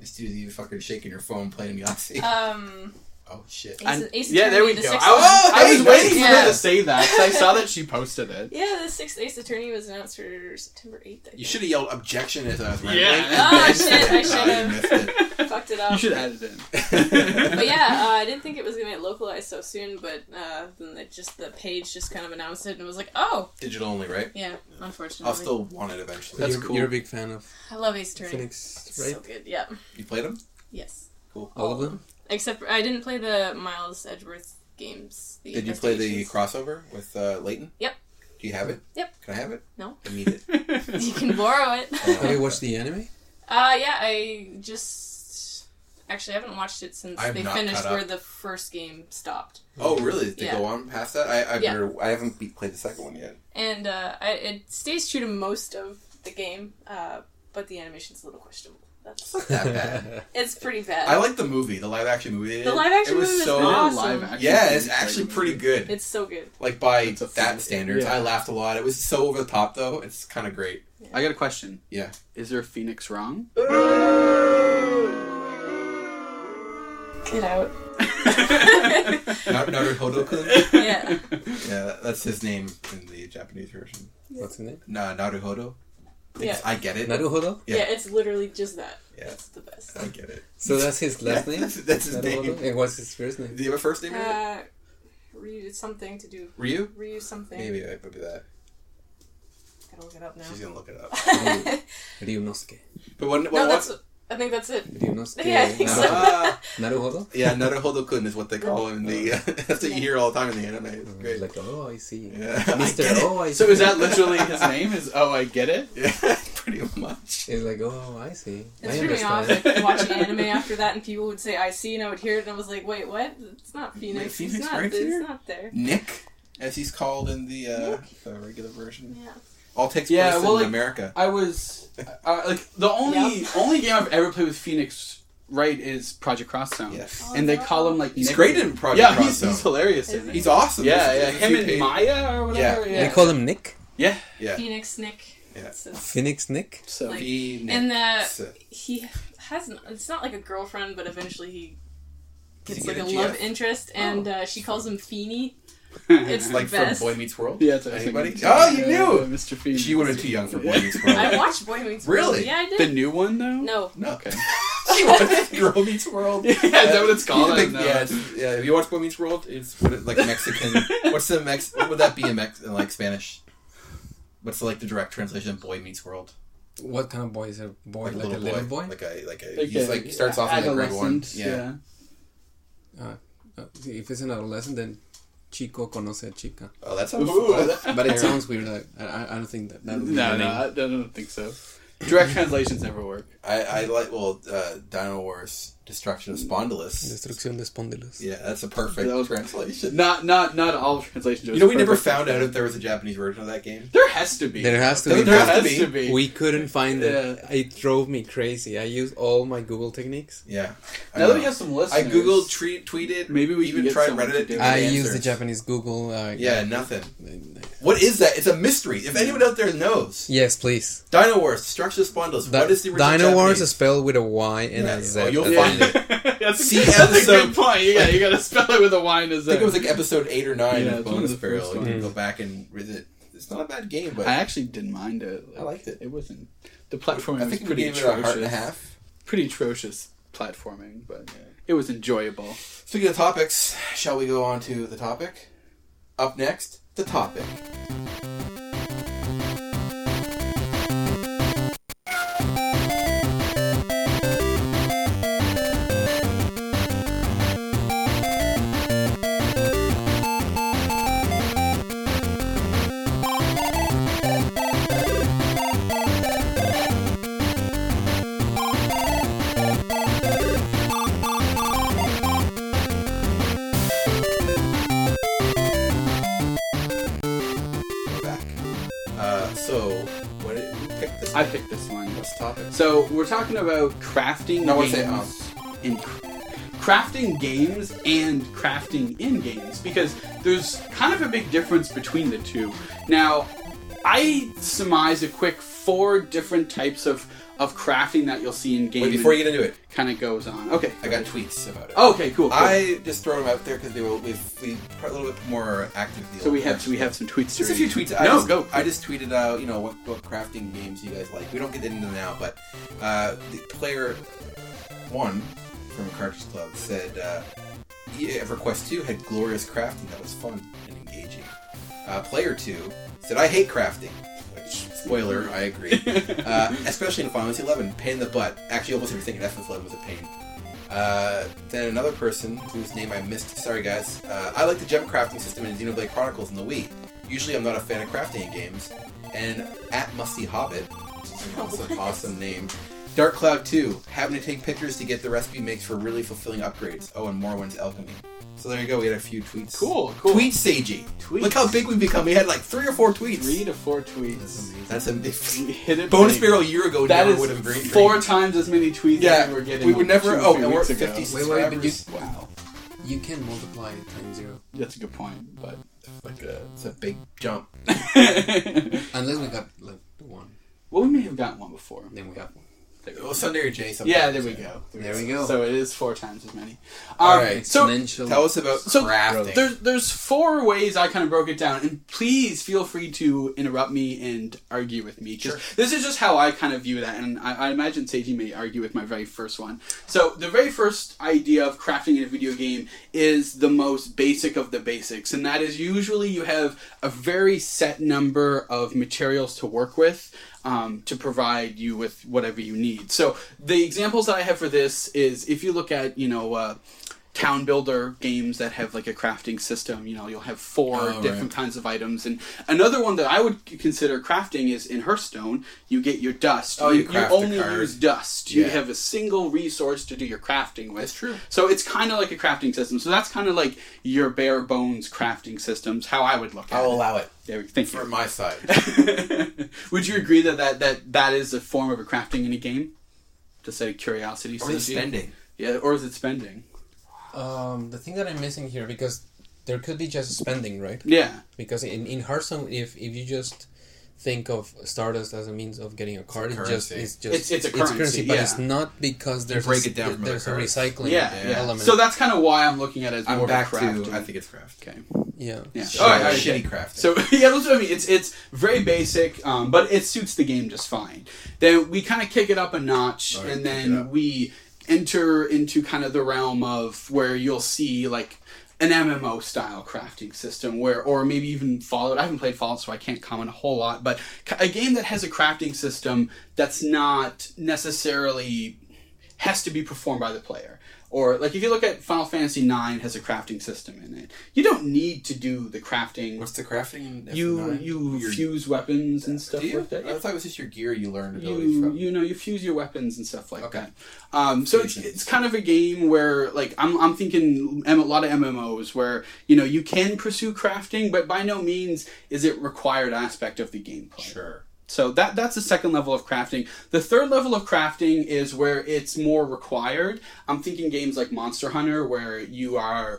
Speaker 1: It's due to you fucking shaking your phone playing Yahtzee.
Speaker 3: Um,
Speaker 1: oh shit!
Speaker 3: Ace,
Speaker 2: And-
Speaker 3: Ace
Speaker 2: yeah, there
Speaker 3: Attorney,
Speaker 2: we
Speaker 3: the
Speaker 2: go. I was,
Speaker 3: sixth one.
Speaker 1: Oh,
Speaker 2: I was
Speaker 1: hey,
Speaker 2: waiting for
Speaker 3: nice.
Speaker 2: her to say that 'cause I saw that she posted it.
Speaker 3: Yeah, the sixth Ace Attorney was announced for September 8th. I think.
Speaker 1: You should have yelled objection as I was rambling.
Speaker 2: Yeah.
Speaker 3: Ah, shit,
Speaker 2: (laughs)
Speaker 3: I
Speaker 1: God,
Speaker 3: should've.
Speaker 1: you missed (laughs) it.
Speaker 3: (laughs) fucked it up.
Speaker 2: You should add it
Speaker 1: (laughs)
Speaker 2: in.
Speaker 3: But yeah, uh, I didn't think it was gonna get localized so soon, but uh, then it just the page just kind of announced it and was like, oh,
Speaker 1: Digital only, right?
Speaker 3: yeah.
Speaker 1: I'll
Speaker 3: Unfortunately,
Speaker 1: still want it eventually.
Speaker 2: That's
Speaker 4: you're,
Speaker 2: cool.
Speaker 4: You're a big fan of
Speaker 3: I love Ace Attorney.
Speaker 4: Phoenix,
Speaker 3: It's
Speaker 4: right?
Speaker 3: so good. Yeah.
Speaker 1: You played them?
Speaker 3: Yes.
Speaker 1: Cool.
Speaker 4: All of them.
Speaker 3: Except for, I didn't play the Miles Edgeworth games. The
Speaker 1: Did you play the
Speaker 3: investigations.
Speaker 1: crossover with uh, Leighton?
Speaker 3: Yep.
Speaker 1: Do you have it?
Speaker 3: Yep.
Speaker 1: Can I have it?
Speaker 3: No.
Speaker 1: I need it.
Speaker 3: (laughs)
Speaker 2: (laughs)
Speaker 3: You can borrow
Speaker 1: (laughs)
Speaker 3: it.
Speaker 1: Oh.
Speaker 4: Have you watched the
Speaker 3: (laughs)
Speaker 4: anime?
Speaker 3: uh, yeah, I just actually I haven't watched it since
Speaker 1: I'm
Speaker 3: they
Speaker 1: not
Speaker 3: finished
Speaker 1: caught up.
Speaker 3: where the first game stopped.
Speaker 1: Oh, really? Did
Speaker 3: Yeah.
Speaker 1: they go on past that? I I,
Speaker 3: Yeah.
Speaker 1: better, I haven't be- played the second one yet.
Speaker 3: and uh, I, it stays true to most of the game, uh, but the animation's a little questionable. That's
Speaker 1: That bad.
Speaker 3: it's pretty bad.
Speaker 1: I like the movie, the live action movie. they
Speaker 3: the
Speaker 1: did.
Speaker 3: live action
Speaker 1: It was
Speaker 3: movie was
Speaker 1: so
Speaker 3: awesome.
Speaker 2: Live action.
Speaker 1: Yeah, it's actually pretty good.
Speaker 3: It's
Speaker 1: (laughs)
Speaker 3: so good.
Speaker 1: like by
Speaker 2: It's a
Speaker 1: that
Speaker 2: full-
Speaker 1: standards,
Speaker 2: yeah.
Speaker 1: I laughed a lot. It was so over the top, though. It's kind of great.
Speaker 2: I got a question.
Speaker 1: Yeah.
Speaker 2: Is there a Phoenix
Speaker 3: (laughs)
Speaker 2: wrong? (laughs)
Speaker 3: Get out.
Speaker 1: Na- Naruto Hodokun.
Speaker 3: Yeah.
Speaker 1: yeah, that- that's his name in the Japanese version.
Speaker 4: (laughs) What's the name?
Speaker 1: Na Naruhodo.
Speaker 3: Yeah.
Speaker 1: I get it.
Speaker 4: Naruhodo.
Speaker 1: Yeah.
Speaker 3: yeah, It's literally just that.
Speaker 1: Yeah.
Speaker 3: It's the best.
Speaker 1: I get it.
Speaker 4: So that's his last
Speaker 1: (laughs)
Speaker 4: name.
Speaker 1: That's- that's his
Speaker 4: Naruhodo?
Speaker 1: name.
Speaker 4: And what's his first name?
Speaker 1: Do you have a first name? in it?
Speaker 3: Uh, Ryu, it's something to do.
Speaker 1: Ryu?
Speaker 3: Ryu something.
Speaker 1: Maybe it would be that.
Speaker 3: Gotta look it up now. (laughs)
Speaker 1: She's gonna look it up.
Speaker 4: Ryunosuke.
Speaker 1: But when, when
Speaker 3: no,
Speaker 1: what-
Speaker 3: that's. I think that's it. (laughs)
Speaker 4: Ryunosuke.
Speaker 3: Yeah, I think so.
Speaker 1: Ah,
Speaker 4: Naruhodo.
Speaker 1: yeah, Naruhodo Kun is what they call him. in The (laughs) that's what you hear all the time in the anime. It's great.
Speaker 4: Like oh, I see.
Speaker 1: Yeah, (laughs)
Speaker 4: Mister.
Speaker 1: I get it.
Speaker 4: Oh, I see.
Speaker 2: So is that literally his name? Is oh I get it?
Speaker 1: Yeah, (laughs) pretty much.
Speaker 4: It's like oh, I see.
Speaker 3: It
Speaker 4: I
Speaker 3: threw me off
Speaker 4: understand.
Speaker 3: like, watching anime after that, and people would say "I see," and I would hear it, and I was like, "Wait, what? It's not Phoenix.
Speaker 1: Phoenix
Speaker 3: it's not.
Speaker 1: right
Speaker 3: it's
Speaker 1: here?
Speaker 3: not there."
Speaker 1: Nick, as he's called in the uh, the regular version,
Speaker 3: Yeah.
Speaker 1: all takes
Speaker 2: Yeah,
Speaker 1: place
Speaker 2: well,
Speaker 1: in
Speaker 2: like-
Speaker 1: America.
Speaker 2: I was uh, like the only only game I've ever played with Phoenix Wright is Project Cross Zone.
Speaker 1: Yes,
Speaker 2: And they call him like
Speaker 1: he's
Speaker 2: Nick-
Speaker 1: great in Project
Speaker 2: yeah,
Speaker 1: Cross
Speaker 2: he's,
Speaker 1: Zone.
Speaker 2: he's hilarious. In it.
Speaker 1: He's awesome.
Speaker 2: yeah, yeah.
Speaker 1: There's-
Speaker 2: Him
Speaker 1: there's a
Speaker 2: and
Speaker 1: few
Speaker 2: Maya or whatever. Yeah,
Speaker 4: They call him Nick.
Speaker 2: yeah.
Speaker 1: Yeah.
Speaker 3: Phoenix Nick.
Speaker 1: Yeah.
Speaker 3: It's- it's-
Speaker 4: Phoenix Nick.
Speaker 2: So
Speaker 3: Like-
Speaker 1: pages. He-
Speaker 3: And uh,
Speaker 1: Nick's, uh,
Speaker 3: he has. n- It's not like a girlfriend, but eventually he
Speaker 1: Does
Speaker 3: gets
Speaker 1: he
Speaker 3: like
Speaker 1: get
Speaker 3: a
Speaker 1: a
Speaker 3: love
Speaker 1: GF?
Speaker 3: interest, and uh, she calls him Feeny. It's
Speaker 1: like
Speaker 3: the
Speaker 1: from
Speaker 3: best.
Speaker 1: Boy Meets World.
Speaker 2: (laughs) yeah, that's what I was
Speaker 1: Anybody?
Speaker 2: thinking.
Speaker 1: Oh, you knew!
Speaker 2: Uh, Mr. Phoenix.
Speaker 1: She would have been too young for Boy Meets
Speaker 2: (laughs)
Speaker 1: World.
Speaker 3: I watched Boy Meets World.
Speaker 1: Really?
Speaker 3: Yeah, I did.
Speaker 2: the new one though.
Speaker 3: no.
Speaker 2: (laughs)
Speaker 1: No, (laughs)
Speaker 2: Okay.
Speaker 1: she watched Girl Meets World.
Speaker 2: (laughs) yeah, is that what it's called?
Speaker 1: Yeah,
Speaker 2: I don't know.
Speaker 1: yeah, it's- yeah. If you watch Boy Meets World, it's what it, like
Speaker 2: (laughs)
Speaker 1: Mexican. what's the Mex? What would that be in Mex? In like Spanish? What's like the direct translation? of Boy Meets World.
Speaker 4: What kind of boy is a boy? Like, a little boy?
Speaker 1: Like a like a.
Speaker 2: Like
Speaker 1: he's
Speaker 2: a
Speaker 1: like starts off in like grade one.
Speaker 2: adolescent,
Speaker 1: Yeah.
Speaker 4: Uh, if it's an adolescent, then chico conoce a chica.
Speaker 1: Oh, that sounds.
Speaker 2: Ooh, (laughs)
Speaker 1: fun.
Speaker 2: that-
Speaker 4: But it sounds weird. Like, I- I, I don't think that that would be
Speaker 2: no,
Speaker 4: the
Speaker 2: no,
Speaker 4: name.
Speaker 2: I, I don't think so. Direct translations never work.
Speaker 1: I, I like well, uh, Dino Wars Destruction of Spondylus.
Speaker 4: Destrucción de espóndilos.
Speaker 1: Yeah, that's a perfect
Speaker 2: That was-
Speaker 1: translation.
Speaker 2: Not, not, not all translations. are
Speaker 1: You know, we never
Speaker 2: perfect.
Speaker 1: found out if there was a Japanese version of that game.
Speaker 2: There has to be.
Speaker 4: There has to
Speaker 1: There
Speaker 4: be.
Speaker 2: There
Speaker 1: has to
Speaker 2: has
Speaker 1: be.
Speaker 2: to be.
Speaker 4: We couldn't find it.
Speaker 2: Yeah.
Speaker 4: It drove me crazy. I used all my Google techniques.
Speaker 1: Yeah. I
Speaker 2: now that
Speaker 1: know.
Speaker 2: we have some
Speaker 1: I
Speaker 2: listeners,
Speaker 1: googled, tre- tweeted,
Speaker 2: Maybe we can
Speaker 1: even
Speaker 2: get
Speaker 1: tried
Speaker 2: someone to
Speaker 1: Reddit.
Speaker 2: do
Speaker 1: to
Speaker 2: it.
Speaker 1: get
Speaker 4: I
Speaker 1: answers.
Speaker 4: used the Japanese Google. Uh,
Speaker 1: Yeah, nothing.
Speaker 4: uh,
Speaker 1: What is that? It's a mystery. If anyone out there knows,
Speaker 4: Yes, please.
Speaker 1: Dino Wars, Destruction of Spondylus.
Speaker 4: That-
Speaker 1: what is the original
Speaker 4: Dino Wars
Speaker 1: Japanese?
Speaker 4: is spelled with a Y and
Speaker 1: Yeah,
Speaker 4: a
Speaker 1: yeah.
Speaker 4: Z.
Speaker 1: Oh, you'll
Speaker 4: at the
Speaker 1: find it.
Speaker 2: (laughs) that's, a
Speaker 1: See
Speaker 2: good, that's a
Speaker 1: episode-
Speaker 2: good point. Yeah, you gotta spell it with a Y and a Z.
Speaker 1: I think it was like episode eight or nine
Speaker 2: Yeah,
Speaker 1: of
Speaker 2: it's one of
Speaker 1: Bonus
Speaker 2: the
Speaker 1: Barrel.
Speaker 2: first
Speaker 1: You can
Speaker 4: ones.
Speaker 1: go back and visit. It's not a bad game, but
Speaker 2: I
Speaker 1: I,
Speaker 2: actually didn't mind it.
Speaker 1: I liked it.
Speaker 2: It wasn't. The platforming was
Speaker 1: think we
Speaker 2: pretty
Speaker 1: gave it
Speaker 2: atrocious.
Speaker 1: a heart and a half.
Speaker 2: Pretty atrocious platforming, but it was enjoyable.
Speaker 1: Speaking of topics, shall we go on to the topic? Up next, the topic. Back. Uh, so, what did you pick this?
Speaker 2: I picked this one.
Speaker 1: What's the topic?
Speaker 2: So we're talking about crafting
Speaker 1: No, um, I
Speaker 2: games
Speaker 1: say
Speaker 2: in crafting games and crafting in games because there's kind of a big difference between the two. Now, I surmise a quick four different types of of crafting that you'll see in game.
Speaker 1: Wait, before you get into it,
Speaker 2: kind of goes on. Okay.
Speaker 1: I got tweets about it.
Speaker 2: Okay. Oh, Cool. cool.
Speaker 1: I just throw them out there because they were we've, we a little bit more active. the
Speaker 2: so we
Speaker 1: old
Speaker 2: have so we have some tweets. to
Speaker 1: Just a few
Speaker 2: read.
Speaker 1: tweets.
Speaker 2: No,
Speaker 1: I just,
Speaker 2: go.
Speaker 1: I just tweeted out, you know, what, what crafting games you guys like. We don't get into them now, but uh, the player one from Cartridge Club said, uh, yeah, EverQuest 2 had glorious crafting that was fun and engaging. Uh, player two said, I hate crafting. Which, spoiler, I
Speaker 2: (laughs)
Speaker 1: agree. uh, especially in Final Fantasy 11, pain in the butt. Actually, almost everything in FF11 was a pain. Uh, then another person whose name I missed. Sorry, guys. Uh, I like the gem crafting system in Xenoblade Chronicles and the Wii. Usually, I'm not a fan of crafting in games. And at Musty Hobbit, that's an awesome name. Dark Cloud 2, having to take pictures to get the recipe makes for really fulfilling upgrades. Oh, and Morwin's Alchemy. So there you go. We had a few tweets.
Speaker 2: Cool. Cool.
Speaker 1: Tweet Seiji.
Speaker 2: Tweets.
Speaker 1: Look how big we've become. We had like three or four tweets.
Speaker 2: Three to four tweets.
Speaker 1: That's a
Speaker 2: (laughs)
Speaker 1: big
Speaker 2: Hit
Speaker 1: (laughs)
Speaker 2: it.
Speaker 1: bonus
Speaker 2: big.
Speaker 1: barrel a year ago.
Speaker 2: That
Speaker 1: never
Speaker 2: is
Speaker 1: would have been
Speaker 2: four times as many tweets
Speaker 1: Yeah,
Speaker 2: as we were getting.
Speaker 1: we would never-
Speaker 2: two,
Speaker 1: oh,
Speaker 2: three
Speaker 1: and we're
Speaker 2: weeks
Speaker 1: at
Speaker 2: ago.
Speaker 1: 50
Speaker 4: Wait, wait, but you,
Speaker 2: Wow,
Speaker 4: you can multiply it times zero.
Speaker 2: that's a good point, but like
Speaker 1: It's a big jump.
Speaker 2: a.
Speaker 4: Unless we got like one,
Speaker 2: (laughs) well, we may have gotten one before.
Speaker 4: then we got one.
Speaker 2: There we go.
Speaker 1: Well, Sunday or Jay. sometimes.
Speaker 2: Yeah, there we go.
Speaker 4: There we go.
Speaker 2: So it is four times as many.
Speaker 1: All
Speaker 2: All right.
Speaker 1: right,
Speaker 2: So
Speaker 4: Exponential.
Speaker 1: Tell us about
Speaker 2: So-
Speaker 1: crafting.
Speaker 2: There's there's four ways I kind of broke it down, and please feel free to interrupt me and argue with me because this is just how I kind of view that, and I, I imagine Seiji may argue with my very first one. So the very first idea of crafting in a video game is the most basic of the basics, and that is usually you have a very set number of materials to work with um, to provide you with whatever you need. So the examples that I have for this is if you look at you know. Uh, town builder games that have like a crafting system you know you'll have four
Speaker 1: Oh, right.
Speaker 2: different kinds of items and another one that i would consider crafting is in hearthstone you get your dust
Speaker 1: Oh, you
Speaker 2: you,
Speaker 1: craft the
Speaker 2: only
Speaker 1: card.
Speaker 2: use dust
Speaker 1: Yeah.
Speaker 2: you have a single resource to do your crafting with
Speaker 1: That's true.
Speaker 2: so it's kind of like a crafting system so that's kind of like your bare bones crafting systems how i would look at
Speaker 1: I'll
Speaker 2: it
Speaker 1: allow it
Speaker 2: there, we- thank
Speaker 1: for
Speaker 2: you
Speaker 1: my
Speaker 2: (laughs)
Speaker 1: side.
Speaker 2: would you agree that, that that that is a form of a crafting in a game just out of curiosity
Speaker 1: Or the
Speaker 2: Suzy?
Speaker 1: spending.
Speaker 2: yeah or is it spending
Speaker 4: Um, the thing that I'm missing here because there could be just spending, right?
Speaker 2: yeah
Speaker 4: Because in in Hearthstone, if if you just think of Stardust as a means of getting a card,
Speaker 1: It's a
Speaker 4: it just
Speaker 1: currency.
Speaker 4: it's just
Speaker 2: It's- it's a currency,
Speaker 4: but
Speaker 2: yeah.
Speaker 4: it's not because there's
Speaker 1: break
Speaker 4: a, s-
Speaker 1: it down from other
Speaker 4: there's a
Speaker 1: cards.
Speaker 4: recycling
Speaker 2: yeah, yeah.
Speaker 4: element.
Speaker 2: So that's kind of why I'm looking at it as more
Speaker 1: I'm back
Speaker 2: of a craft.
Speaker 1: to. I think it's craft.
Speaker 2: okay.
Speaker 4: yeah.
Speaker 2: Yeah.
Speaker 1: Shitty,
Speaker 2: All right. all right,
Speaker 1: shitty
Speaker 2: okay.
Speaker 1: craft.
Speaker 2: So (laughs) yeah, that's what I mean. It's it's very basic, um, but it suits the game just fine. Then we kind of kick it up a notch,
Speaker 1: All right,
Speaker 2: and
Speaker 1: kick it up.
Speaker 2: then we enter into kind of the realm of where you'll see like an MMO style crafting system where or maybe even Fallout I haven't played Fallout so I can't comment a whole lot but ca- a game that has a crafting system that's not necessarily has to be performed by the player. Or like if you look at Final Fantasy 9 has a crafting system in it. You don't need to do the crafting
Speaker 1: what's the crafting? in
Speaker 2: you
Speaker 1: F9?
Speaker 2: you
Speaker 1: Your-
Speaker 2: fuse weapons and stuff
Speaker 1: Do you?
Speaker 2: like that.
Speaker 1: I thought it was just your gear you learned abilities
Speaker 2: You,
Speaker 1: from.
Speaker 2: you know you fuse your weapons and stuff like
Speaker 1: Okay.
Speaker 2: that. Um, so it's,
Speaker 1: Fusions.
Speaker 2: it's kind of a game where like I'm, I'm thinking M- a lot of MMOs where you know you can pursue crafting, but by no means is it required aspect of the gameplay.
Speaker 1: sure.
Speaker 2: So that that's the second level of crafting. The third level of crafting is where it's more required. I'm thinking games like Monster Hunter where you are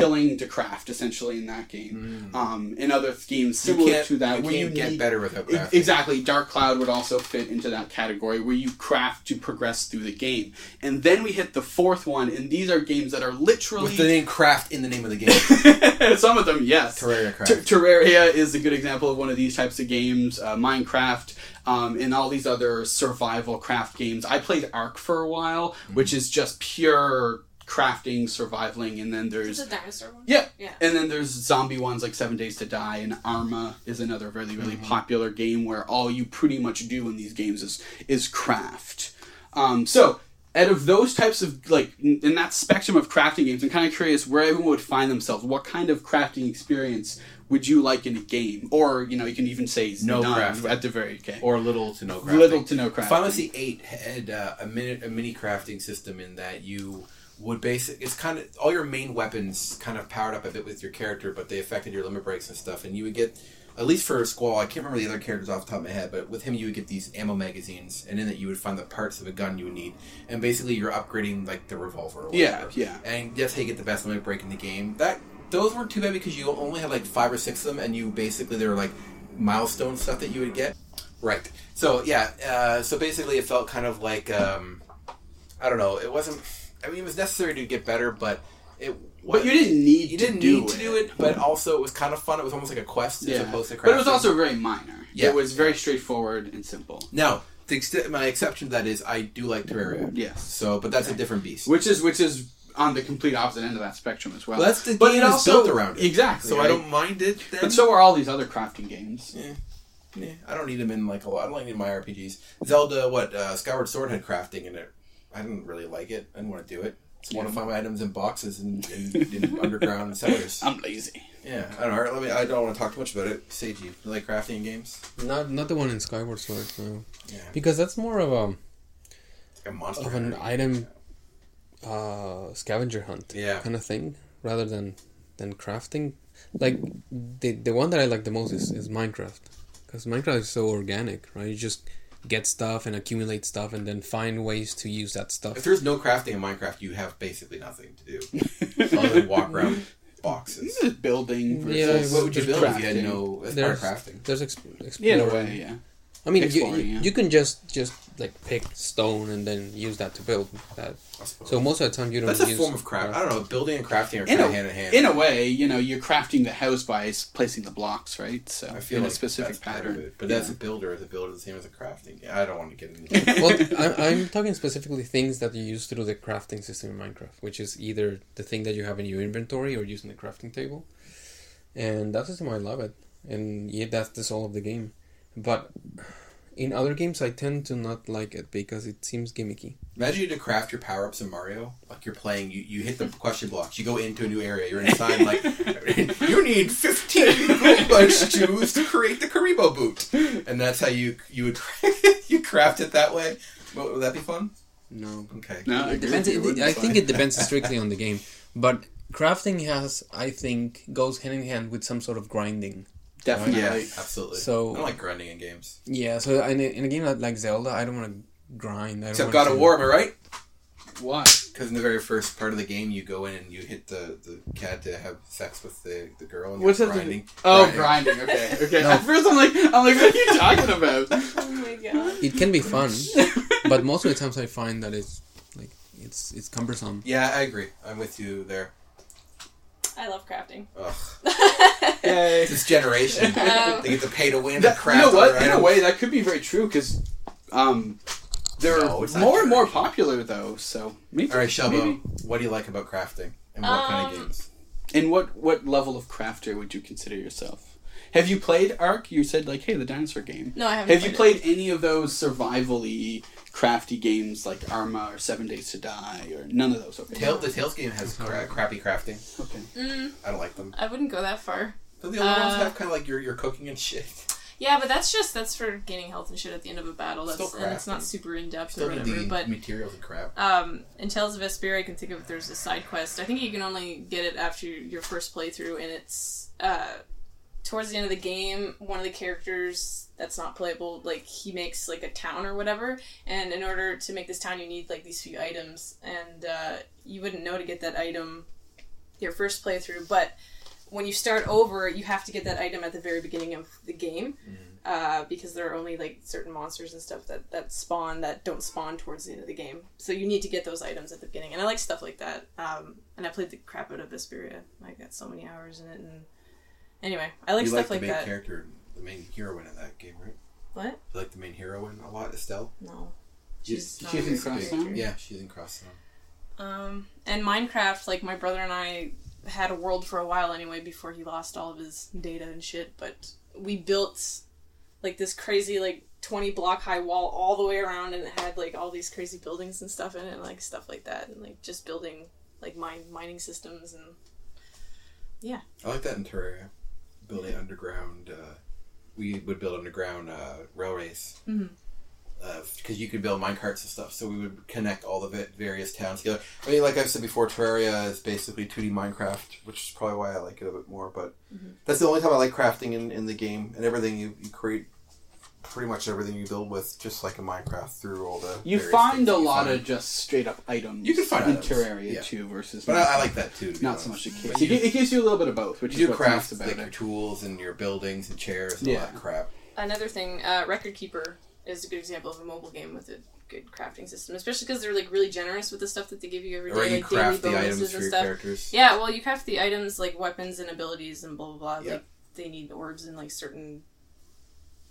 Speaker 2: killing to craft essentially in that game. Um, in other games
Speaker 1: Mm. You
Speaker 2: similar
Speaker 1: can't,
Speaker 2: to that,
Speaker 1: you
Speaker 2: where you
Speaker 1: can't get
Speaker 2: need-
Speaker 1: better without
Speaker 2: E-
Speaker 1: crafting.
Speaker 2: Exactly. Dark Cloud would also fit into that category where you craft to progress through the game. And then we hit the fourth one, and these are games that are literally
Speaker 1: With the name craft in the name of the game,
Speaker 2: (laughs) some of them, yes.
Speaker 1: Terraria craft.
Speaker 2: Ter- (laughs) Terraria is a good example of one of these types of games. Uh, Minecraft um, and all these other survival craft games. I played Ark for a while, which is just pure crafting, survivaling, and then
Speaker 3: It's
Speaker 2: there's
Speaker 3: a dinosaur one.
Speaker 2: yeah.
Speaker 3: Yeah.
Speaker 2: And then there's zombie ones like Seven Days to Die and Arma is another really really
Speaker 1: Mm-hmm.
Speaker 2: popular game where all you pretty much do in these games is is craft. Um, so out of those types of like n- in that spectrum of crafting games, I'm kind of curious where everyone would find themselves. What kind of crafting experience would you like in a game? Or you know you can even say
Speaker 1: No
Speaker 2: none
Speaker 1: crafting.
Speaker 2: at the very okay.
Speaker 1: or little to no crafting.
Speaker 2: Little to no crafting.
Speaker 1: Final Fantasy VIII had uh, a mini, a mini crafting system in that you would basic. It's kind of all your main weapons kind of powered up a bit with your character, but they affected your limit breaks and stuff. And you would get, at least for Squall, I can't remember the other characters off the top of my head, but with him you would get these ammo magazines, and in it you would find the parts of a gun you would need, and basically you're upgrading like the revolver. Or
Speaker 2: Yeah,
Speaker 1: whatever.
Speaker 2: yeah.
Speaker 1: And that's how you get the best limit break in the game. That those weren't too bad because you only had like five or six of them, and you basically they were like milestone stuff that you would get. Right. So yeah. Uh, so basically, it felt kind of like um, I don't know. It wasn't. I mean, it was necessary to get better, but it.
Speaker 2: But you didn't need
Speaker 1: You
Speaker 2: to
Speaker 1: didn't
Speaker 2: do
Speaker 1: need to
Speaker 2: it.
Speaker 1: do it, but also it was kind of fun. It was almost like a quest as opposed to. Crafting.
Speaker 2: but it was also very minor.
Speaker 1: Yeah.
Speaker 2: It was very straightforward and simple.
Speaker 1: now the extent, my exception to that is I do like Terraria.
Speaker 2: Yes.
Speaker 1: So, but that's a different beast.
Speaker 2: which is which is on the complete opposite end of that spectrum as well.
Speaker 1: Well, that's the game is built around it.
Speaker 2: exactly.
Speaker 1: so I
Speaker 2: right?
Speaker 1: don't mind it. Then.
Speaker 2: But so are all these other crafting games.
Speaker 1: Yeah, I don't need them in like a lot. I don't like 'em in my RPGs. Zelda, what uh, Skyward Sword had crafting in it. I didn't really like it. I didn't want to do it. So I want to find my items in boxes and in, in (laughs) underground cellars.
Speaker 2: I'm lazy.
Speaker 1: Yeah, I don't know. Let me. I don't want to talk too much about it. Seiji, you like crafting in games?
Speaker 4: Not not the one in Skyward Sword, no.
Speaker 1: Yeah.
Speaker 4: Because that's more of a
Speaker 1: Like a monster.
Speaker 2: Oh,
Speaker 4: of an
Speaker 1: hunter.
Speaker 4: item uh, scavenger hunt
Speaker 1: Yeah.
Speaker 4: kind of thing rather than than crafting like the the one that i like the most is, is minecraft because minecraft is so organic right you just get stuff and accumulate stuff and then find ways to use that
Speaker 1: If
Speaker 4: stuff
Speaker 1: there's no crafting in Minecraft, you have basically nothing to
Speaker 2: (laughs)
Speaker 1: do other than walk around boxes.
Speaker 2: This is building.
Speaker 4: Yeah,
Speaker 2: versus
Speaker 1: What would you
Speaker 2: just
Speaker 1: build if you had
Speaker 2: crafting.
Speaker 1: no as part
Speaker 4: there's
Speaker 1: of crafting?
Speaker 4: there's exp-
Speaker 2: Yeah, in a
Speaker 4: exploring.
Speaker 2: way, yeah.
Speaker 4: i mean you,
Speaker 2: Exploring,
Speaker 4: you,
Speaker 2: yeah.
Speaker 4: you can just just like pick stone and then use that to build that
Speaker 1: I suppose.
Speaker 4: so most of the time you don't
Speaker 1: that's a
Speaker 4: use
Speaker 1: form of craft. I don't know. Building and crafting are
Speaker 2: In
Speaker 1: kind
Speaker 2: a,
Speaker 1: of hand in hand.
Speaker 2: in a way, you know, you're crafting the house by s- placing the blocks, right? So
Speaker 1: I feel
Speaker 2: in
Speaker 1: like
Speaker 2: a specific
Speaker 1: that's part of
Speaker 2: pattern.
Speaker 1: it. But that's a builder. The builder is the same as a crafting. Yeah, I don't want to get into
Speaker 2: (laughs)
Speaker 1: that.
Speaker 4: well, I, I'm talking specifically things that you use through the crafting system in Minecraft, which is either the thing that you have in your inventory or using the crafting table. And that system, I love it. And yeah, that's the soul of the game. But in other games, I tend to not like it because it seems gimmicky.
Speaker 1: Imagine you had to craft your power ups in Mario. Like you're playing, you, you hit the question blocks, you go into a new area, you're inside, like, you need 15 Goomba shoes to create the Karibo boot. And that's how you you would (laughs) you craft it that way. Well, would that be fun?
Speaker 4: No.
Speaker 1: Okay.
Speaker 2: No, I,
Speaker 4: It depends.
Speaker 2: agree with you,
Speaker 4: It,
Speaker 2: wouldn't
Speaker 4: I
Speaker 2: buy
Speaker 4: think it depends strictly on the game. But crafting has, I think, goes hand in hand with some sort of grinding.
Speaker 2: definitely.
Speaker 1: Yeah,
Speaker 2: (laughs)
Speaker 1: absolutely.
Speaker 4: So-
Speaker 1: I don't like grinding in games.
Speaker 4: Yeah, so in a, in a game like- like Zelda, I don't want to grind. I don't
Speaker 1: Except
Speaker 4: wanna
Speaker 1: God of
Speaker 4: do-
Speaker 1: War, am I right?
Speaker 2: Why?
Speaker 1: Because in the very first part of the game, you go in and you hit the, the cat to have sex with the, the girl and
Speaker 2: What's
Speaker 1: you're
Speaker 2: that?
Speaker 1: grinding.
Speaker 2: Grinding. Oh,
Speaker 1: Grinding.
Speaker 2: grinding. Okay, okay.
Speaker 4: No.
Speaker 2: At first, I'm like, I'm like, what are you talking about?
Speaker 3: Oh my god.
Speaker 4: it can be
Speaker 2: (laughs)
Speaker 4: (laughs) fun, but most of the times I find that it's like it's it's cumbersome.
Speaker 1: Yeah, I agree. I'm with you there.
Speaker 3: I love crafting.
Speaker 1: Ugh.
Speaker 3: (laughs)
Speaker 2: Yay.
Speaker 1: This
Speaker 2: (laughs)
Speaker 1: generation,
Speaker 3: Um,
Speaker 1: they get to pay to win.
Speaker 2: that,
Speaker 1: to
Speaker 2: you
Speaker 1: craft
Speaker 2: know what?
Speaker 1: other
Speaker 2: In a
Speaker 1: items.
Speaker 2: way, that could be very true because um, they're
Speaker 1: No, it's not
Speaker 2: more and
Speaker 1: true.
Speaker 2: more popular though. So maybe.
Speaker 1: All right, Shelbo,
Speaker 2: maybe.
Speaker 1: what do you like about crafting and what kind of
Speaker 3: Um,
Speaker 1: games?
Speaker 2: And what what level of crafter would you consider yourself? Have you played Ark? You said like, hey, the dinosaur game.
Speaker 3: No, I haven't.
Speaker 2: Have you played any of those survivally crafty games like Arma or Seven Days to Die or none of those? Okay.
Speaker 1: Tail, the Tails game has cra- crappy crafting.
Speaker 2: Okay.
Speaker 3: It. Mm,
Speaker 1: I don't like them.
Speaker 3: I wouldn't go that far.
Speaker 1: Don't the other ones
Speaker 3: Uh,
Speaker 1: have kind of like your, your cooking and shit?
Speaker 3: Yeah, but that's just that's for gaining health and shit at the end of a battle. That's
Speaker 1: Still
Speaker 3: and it's
Speaker 1: crafting.
Speaker 3: not super in depth
Speaker 1: Still
Speaker 3: or whatever.
Speaker 1: needing
Speaker 3: But
Speaker 1: materials and crap.
Speaker 3: um, in Tales of Vesperia, I can think of there's a side quest. I think you can only get it after your first playthrough, and it's uh, towards the end of the game. One of the characters that's not playable, like he makes like a town or whatever, and in order to make this town, you need like these few items, and uh, you wouldn't know to get that item your first playthrough, but when you start over, you have to get that item at the very beginning of the game uh, because there are only like certain monsters and stuff that, that spawn that don't spawn towards the end of the game. So you need to get those items at the beginning, and I like stuff like that. Um, and I played the crap out of Vesperia. I got so many hours in it, and anyway, I like
Speaker 1: you like
Speaker 3: stuff
Speaker 1: the
Speaker 3: like,
Speaker 1: main
Speaker 3: that.
Speaker 1: character, the main heroine of that game, right?
Speaker 3: What?
Speaker 1: You like the main heroine a lot, Estelle.
Speaker 3: No.
Speaker 1: She's,
Speaker 3: not
Speaker 1: she's
Speaker 3: a
Speaker 1: in
Speaker 3: good character.
Speaker 1: Crosstown. Yeah, she's in Crosstown.
Speaker 3: Um, and Minecraft, like my brother and I had a world for a while anyway before he lost all of his data and shit, but we built like this crazy like 20 block high wall all the way around and it had like all these crazy buildings and stuff in it and like stuff like that and like just building like mine mining systems and
Speaker 1: I like that in Terraria. Building underground, uh, we would build underground uh, railways because
Speaker 3: Mhm.
Speaker 1: you could build mine carts and stuff. So we would connect all the va- various towns together. I mean, like I've said before, Terraria is basically two D Minecraft, which is probably why I like it a bit more. But that's the only time I like crafting in, in the game, and everything you, you create, pretty much everything you build with, just like a Minecraft through all the.
Speaker 2: You
Speaker 1: various
Speaker 2: find
Speaker 1: things
Speaker 2: a
Speaker 1: you
Speaker 2: lot
Speaker 1: find.
Speaker 2: of just straight up items
Speaker 1: You can find
Speaker 2: in
Speaker 1: items,
Speaker 2: Terraria
Speaker 1: yeah.
Speaker 2: too versus
Speaker 1: But I, I like that too. To be
Speaker 2: not
Speaker 1: honest.
Speaker 2: so much the
Speaker 1: But
Speaker 2: case.
Speaker 1: you-
Speaker 2: It, gi- it gives you a little bit of both, which
Speaker 1: You
Speaker 2: is
Speaker 1: do
Speaker 2: what's
Speaker 1: craft
Speaker 2: nice
Speaker 1: like
Speaker 2: about
Speaker 1: your
Speaker 2: it.
Speaker 1: tools and your buildings and chairs and all
Speaker 2: Yeah.
Speaker 1: that crap.
Speaker 3: another thing uh, record keeper is a good example of a mobile game with a good crafting system especially because they're like really generous with the stuff that they give you every day
Speaker 1: Or you
Speaker 3: like
Speaker 1: craft
Speaker 3: daily
Speaker 1: the
Speaker 3: bonuses
Speaker 1: items for
Speaker 3: and
Speaker 1: your
Speaker 3: stuff
Speaker 1: characters.
Speaker 3: Yeah, well, you craft the items like weapons and abilities and blah blah blah.
Speaker 1: Yeah.
Speaker 3: Like they need orbs and like certain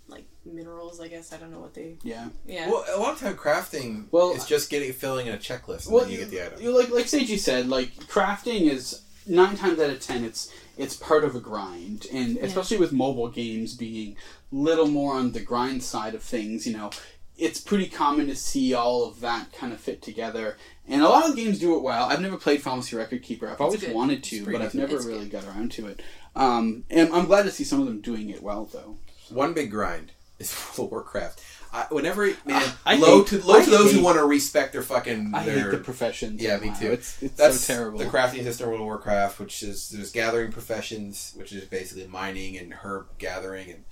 Speaker 3: like minerals. I guess I don't know what they.
Speaker 2: Yeah.
Speaker 3: Yeah.
Speaker 1: Well, a lot of time crafting
Speaker 2: Well,
Speaker 1: is just getting filling in a checklist and
Speaker 2: Well,
Speaker 1: then you get the item.
Speaker 2: You, like like Seiji said, like crafting is nine times out of ten, it's it's part of a grind, and especially with mobile games being little more on the grind side of things, you know, it's pretty common to see all of that kind of fit together. And a lot of games do it well. I've never played Pharmacy Record Keeper. I've always
Speaker 3: good.
Speaker 2: wanted to,
Speaker 1: pretty
Speaker 2: but I've
Speaker 1: good.
Speaker 2: never
Speaker 3: It's
Speaker 2: really got around to it. Um, and I'm glad to see some of them doing it well, though.
Speaker 1: One big grind is (laughs) World of Warcraft. I, whenever it- man,
Speaker 2: I
Speaker 1: low
Speaker 2: hate-
Speaker 1: to low
Speaker 2: I
Speaker 1: to those who
Speaker 2: hate-
Speaker 1: want to respect their fucking.
Speaker 2: I
Speaker 1: their,
Speaker 2: hate the professions.
Speaker 1: Yeah, me
Speaker 2: wow,
Speaker 1: too.
Speaker 2: It's, it's
Speaker 1: that's
Speaker 2: so terrible.
Speaker 1: the crafting system of World of Warcraft, which is there's gathering professions, which is basically mining and herb gathering and.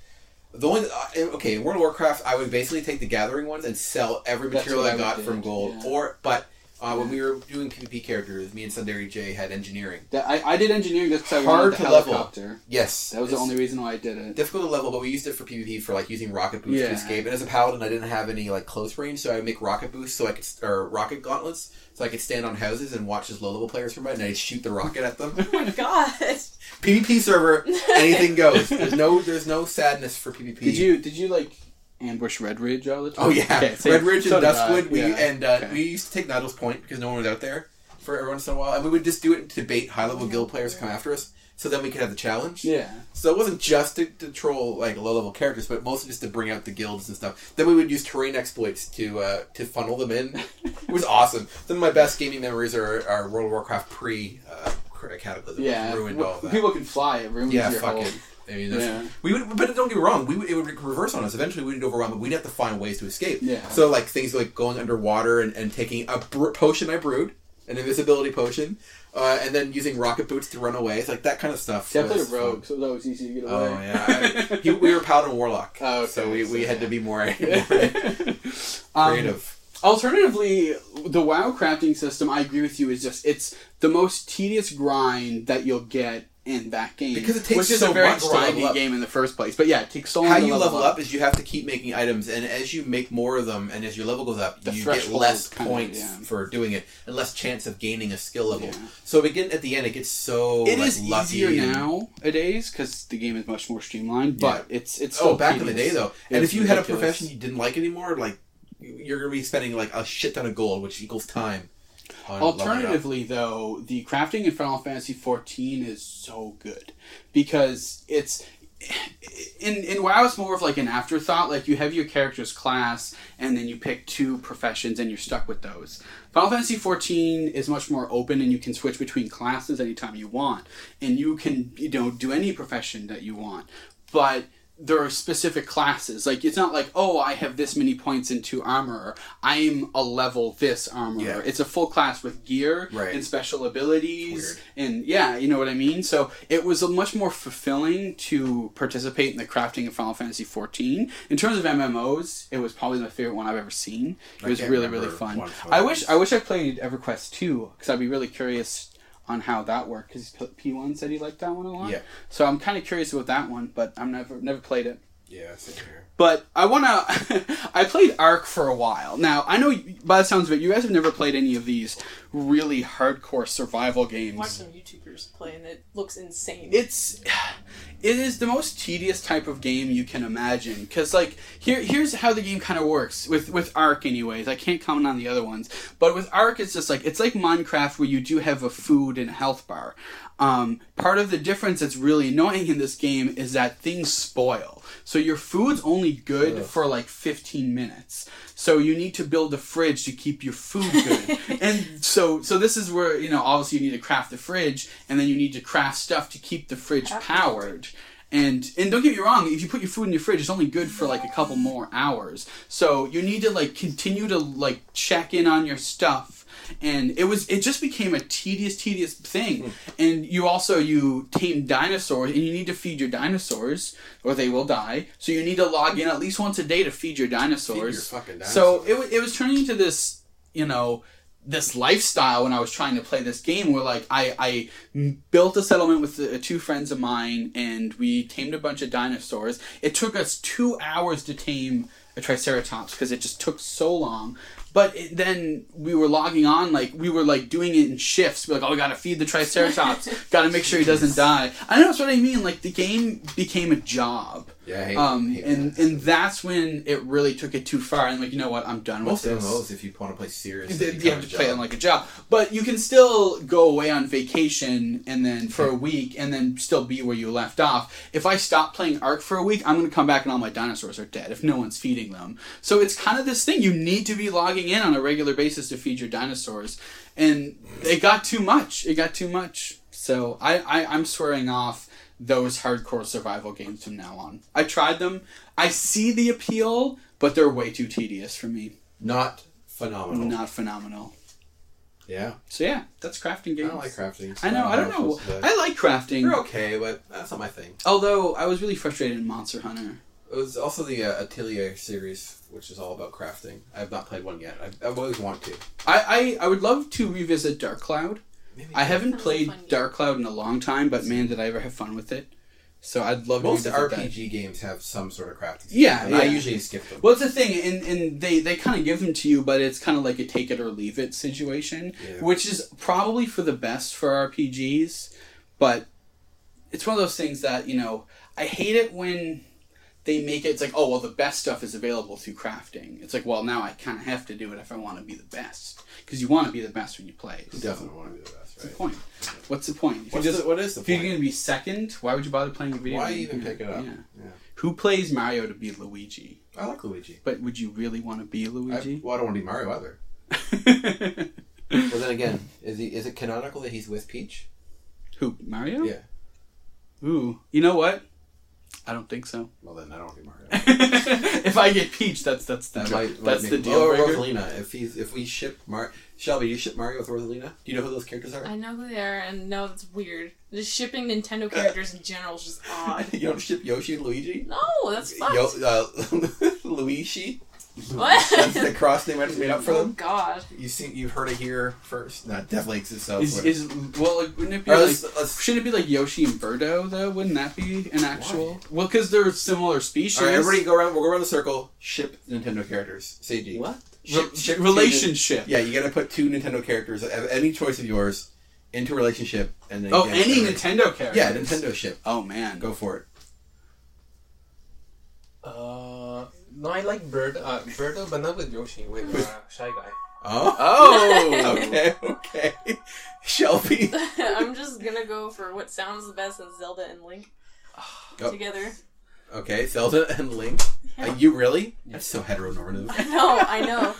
Speaker 1: The only I- okay in World of Warcraft, I would basically take the gathering ones and sell every
Speaker 2: That's
Speaker 1: material
Speaker 2: what
Speaker 1: I
Speaker 2: I
Speaker 1: got
Speaker 2: did,
Speaker 1: from gold.
Speaker 2: yeah.
Speaker 1: Or but uh, when we were doing PvP characters, me and Sundari J had engineering.
Speaker 2: That- I, I did engineering just because I
Speaker 1: Hard
Speaker 2: wanted the
Speaker 1: to level.
Speaker 2: helicopter.
Speaker 1: Yes,
Speaker 2: That was the
Speaker 1: it's-
Speaker 2: only reason why I did it.
Speaker 1: difficult to level, but we used it for PvP for like using rocket boosts
Speaker 2: Yeah.
Speaker 1: to escape. And as a paladin, I didn't have any like close range, so I would make rocket boosts so I could or rocket gauntlets so I could stand on houses and watch as low level players come by, and I would shoot the rocket at them.
Speaker 3: (laughs) Oh my god.
Speaker 1: (laughs) PvP server, anything goes. There's no there's no sadness for PvP.
Speaker 2: Did you did you like ambush Red Ridge all the time?
Speaker 1: Oh yeah,
Speaker 2: Okay, so-
Speaker 1: Red Ridge and
Speaker 2: so did I,
Speaker 1: Duskwood. We
Speaker 2: yeah.
Speaker 1: and uh,
Speaker 2: Okay.
Speaker 1: we used to take Nidalee Point because no one was out there for every once in a while, and we would just do it to bait high level guild players to come after us, so then we could have the challenge.
Speaker 2: yeah.
Speaker 1: So it wasn't just to, to troll like low level characters, but mostly just to bring out the guilds and stuff. Then we would use terrain exploits to uh, to funnel them
Speaker 2: (laughs)
Speaker 1: in. it was awesome. Some of my best gaming memories are, are World of Warcraft pre uh, Cataclysm. which
Speaker 2: Yeah,
Speaker 1: ruined
Speaker 2: w-
Speaker 1: all that.
Speaker 2: people can fly. It ruins
Speaker 1: yeah,
Speaker 2: your
Speaker 1: fuck
Speaker 2: whole.
Speaker 1: it. I mean, that's-
Speaker 2: Yeah.
Speaker 1: we would, but don't get me wrong. We would, it would reverse on us eventually. We'd overwhelm, but we'd have to find ways to escape.
Speaker 2: Yeah.
Speaker 1: So like things like going underwater and, and taking a br- potion I brewed, an invisibility potion, uh, and then using rocket boots to run away. It's like that kind of stuff.
Speaker 2: See, I played a
Speaker 1: was fun.
Speaker 2: rogue, so it was always easy to get away.
Speaker 1: Oh yeah,
Speaker 2: (laughs)
Speaker 1: I- he, we were paladin warlock,
Speaker 2: Oh, okay.
Speaker 1: so we, we
Speaker 2: So,
Speaker 1: had to
Speaker 2: yeah.
Speaker 1: be more, (laughs) more
Speaker 2: Um,
Speaker 1: creative.
Speaker 2: Alternatively, the WoW crafting system, I agree with you, is just it's the most tedious grind that you'll get in that game
Speaker 1: Because it takes
Speaker 2: which is
Speaker 1: so
Speaker 2: a very
Speaker 1: much to
Speaker 2: grindy
Speaker 1: level up.
Speaker 2: game in the first place. But yeah, it takes so long
Speaker 1: How
Speaker 2: to
Speaker 1: you level up is you have to keep making items, and as you make more of them, and as your level goes up,
Speaker 2: The
Speaker 1: you get
Speaker 2: threshold
Speaker 1: less
Speaker 2: kind of,
Speaker 1: points
Speaker 2: yeah.
Speaker 1: for doing it, and less chance of gaining a skill level.
Speaker 2: Yeah.
Speaker 1: So begin at the end, it gets so
Speaker 2: It
Speaker 1: like,
Speaker 2: is
Speaker 1: lucky
Speaker 2: easier
Speaker 1: and-
Speaker 2: nowadays because the game is much more streamlined. But it's it's
Speaker 1: Oh,
Speaker 2: still
Speaker 1: back in the day
Speaker 2: tedious.
Speaker 1: though, and
Speaker 2: It's
Speaker 1: if you had a
Speaker 2: ridiculous.
Speaker 1: profession you didn't like anymore, like you're gonna be spending like a shit ton of gold, which equals time. on leveling up.
Speaker 2: Alternatively, though, the crafting in Final Fantasy XIV is so good because it's in in WoW it's more of like an afterthought. Like you have your character's class, and then you pick two professions, and you're stuck with those. Final Fantasy XIV is much more open, and you can switch between classes anytime you want, and you can you know do any profession that you want, but there are specific classes. Like it's not like, oh, I have this many points into armor. I'm a level this armor.
Speaker 1: Yeah.
Speaker 2: It's a full class with gear
Speaker 1: Right.
Speaker 2: and special abilities. And yeah, you know what I mean? So it was a much more fulfilling to participate in the crafting of Final Fantasy XIV. In terms of MMOs, it was probably my favorite one I've ever seen. It was
Speaker 1: can't
Speaker 2: really,
Speaker 1: remember
Speaker 2: really fun.
Speaker 1: one of
Speaker 2: I wish
Speaker 1: those.
Speaker 2: I wish I played EverQuest 2 because I'd be really curious on how that worked because P one said he liked that one a lot.
Speaker 1: Yeah.
Speaker 2: So I'm kind of curious about that one, but I've never never played it.
Speaker 1: Yeah, same here.
Speaker 2: But I want to. (laughs) I played Ark for a while. Now I know y- by the sounds of it, you guys have never played any of these really hardcore survival games.
Speaker 3: Watch some YouTubers play, and it looks insane.
Speaker 2: it's it is the most tedious type of game you can imagine because like here here's how the game kind of works with with arc anyways i can't comment on the other ones but with arc it's just like it's like minecraft where you do have a food and a health bar um, part of the difference that's really annoying in this game is that things spoil so your food's only good for like 15 minutes so you need to build a fridge to keep your food (laughs) good and so so this is where you know obviously you need to craft the fridge and then you need to craft stuff to keep the fridge powered and and don't get me wrong if you put your food in your fridge it's only good for like a couple more hours so you need to like continue to like check in on your stuff and it was it just became a tedious tedious thing and you also you tame dinosaurs and you need to feed your dinosaurs or they will die so you need to log in at least once a day to feed your dinosaurs,
Speaker 1: fucking
Speaker 2: so
Speaker 1: dinosaurs.
Speaker 2: it, wa- it was turning into this you know this lifestyle when I was trying to play this game where like I, I m- built a settlement with uh, two friends of mine and we tamed a bunch of dinosaurs. It took us two hours to tame a triceratops because it just took so long. But it, then we were logging on like we were like doing it in shifts. We're like, oh, we gotta feed the triceratops. gotta make sure he doesn't die. I know that's what I mean. Like the game became a job.
Speaker 1: Yeah, I hate-
Speaker 2: Um,
Speaker 1: hate
Speaker 2: and
Speaker 1: that.
Speaker 2: and that's when it really took it too far. And like, you know what? I'm done
Speaker 1: most
Speaker 2: with this.
Speaker 1: MMOs, if you want to play seriously,
Speaker 2: Th-
Speaker 1: become
Speaker 2: you
Speaker 1: a
Speaker 2: have to play
Speaker 1: job.
Speaker 2: it like a job, but you can still go away on vacation and then for a week and then still be where you left off. If I stop playing Ark for a week, I'm going to come back and all my dinosaurs are dead if no one's feeding them. So it's kind of this thing you need to be logging in on a regular basis to feed your dinosaurs, and it got too much. It got too much. So I, I I'm swearing off those hardcore survival games from now on. I tried them. I see the appeal, but they're way too tedious for me.
Speaker 1: not phenomenal.
Speaker 2: Not phenomenal.
Speaker 1: Yeah,
Speaker 2: So yeah, that's crafting
Speaker 1: I
Speaker 2: games.
Speaker 1: don't like crafting.
Speaker 2: I know. I don't know. I like crafting.
Speaker 1: You're okay, but that's not my thing.
Speaker 2: Although I was really frustrated in Monster Hunter.
Speaker 1: It was also the uh, Atelier series, which is all about crafting. I've not played one yet. I've, I've always wanted to.
Speaker 2: I, I I would love to revisit Dark Cloud.
Speaker 1: Maybe
Speaker 2: I haven't
Speaker 3: Sounds
Speaker 2: played
Speaker 3: fun.
Speaker 2: Dark Cloud in a long time, but man, did I ever have fun with it. So I'd love
Speaker 1: most
Speaker 2: to revisit that.
Speaker 1: RPG games have some sort of crafting.
Speaker 2: Yeah,
Speaker 1: and I
Speaker 2: yeah.
Speaker 1: usually skip them.
Speaker 2: Well, it's the thing, and, and they, they kind of give them to you, but it's kind of like a take it or leave it situation,
Speaker 1: Yeah.
Speaker 2: which is probably for the best for RPGs, but it's one of those things that, you know, I hate it when they make it, it's like, oh, well, the best stuff is available through crafting. It's like, well, now I kind of have to do it if I want to be the best, because you want to be the best when you play. so
Speaker 1: Definitely want to do the
Speaker 2: What's the
Speaker 1: best, right?
Speaker 2: point? What's the point? If you
Speaker 1: What's
Speaker 2: just-
Speaker 1: the, what is the
Speaker 2: if you're
Speaker 1: point?
Speaker 2: going to be second, why would you bother playing a video
Speaker 1: Why
Speaker 2: game?
Speaker 1: even pick it up?
Speaker 2: Yeah.
Speaker 1: Yeah.
Speaker 2: Who plays Mario to be Luigi?
Speaker 1: I like Luigi.
Speaker 2: But would you really want to be
Speaker 1: I,
Speaker 2: Luigi?
Speaker 1: well, I don't want to be Mario either. Well, then again, is he is it canonical that he's with Peach?
Speaker 2: (laughs) Who Mario?
Speaker 1: Yeah.
Speaker 2: Ooh, you know what? I don't think so. (laughs)
Speaker 1: Well, then I don't want to be (laughs) Mario.
Speaker 2: if I get Peach, that's that's the
Speaker 1: That might-
Speaker 2: that's
Speaker 1: might
Speaker 2: the
Speaker 1: make-
Speaker 2: deal
Speaker 1: Or
Speaker 2: breaker.
Speaker 1: Rosalina. If he's if we ship Mar Shelby, you ship Mario with Rosalina. Do you know who those characters are?
Speaker 3: I know who they are, and no, it's weird. Just shipping
Speaker 1: Uh.
Speaker 3: Nintendo characters in general is just
Speaker 1: (laughs)
Speaker 3: odd.
Speaker 1: you don't ship Yoshi and Luigi.
Speaker 3: No, that's fucked.
Speaker 1: Yo, uh, (laughs) Luigi.
Speaker 3: what?
Speaker 1: That's the cross name I just made up for
Speaker 3: (laughs) oh
Speaker 1: them.
Speaker 3: God.
Speaker 1: (laughs)
Speaker 3: (laughs)
Speaker 1: You see, you've heard it here first. No, it definitely exists
Speaker 2: Is,
Speaker 1: elsewhere.
Speaker 2: is well, like, wouldn't it be
Speaker 1: Or
Speaker 2: like?
Speaker 1: let's- let's-
Speaker 2: Shouldn't it be like Yoshi and Birdo though? Wouldn't that be an actual? Well, because they're similar species.
Speaker 1: all right, everybody, go around. We'll go around the circle. Ship Nintendo characters. Say G.
Speaker 2: What?
Speaker 1: Ship,
Speaker 2: Re-
Speaker 1: ship two
Speaker 2: relationship.
Speaker 1: Nin- yeah, you got to put two Nintendo characters of any choice of yours into a relationship, and then
Speaker 2: Oh,
Speaker 1: get-
Speaker 2: any Nintendo character.
Speaker 1: Yeah, Nintendo ship.
Speaker 2: Oh man.
Speaker 1: Go for it.
Speaker 4: Uh, no, I like Bird, uh, Birdo, but not with Yoshi. With uh, Shy Guy.
Speaker 1: Oh. (laughs)
Speaker 2: Oh.
Speaker 1: okay, okay. Shelby.
Speaker 3: I'm just gonna go for what sounds the best in Zelda and Link
Speaker 1: Oh.
Speaker 3: together. (laughs)
Speaker 1: Okay, Zelda and Link. Uh, you really? That's so heteronormative. (laughs)
Speaker 3: No, I know.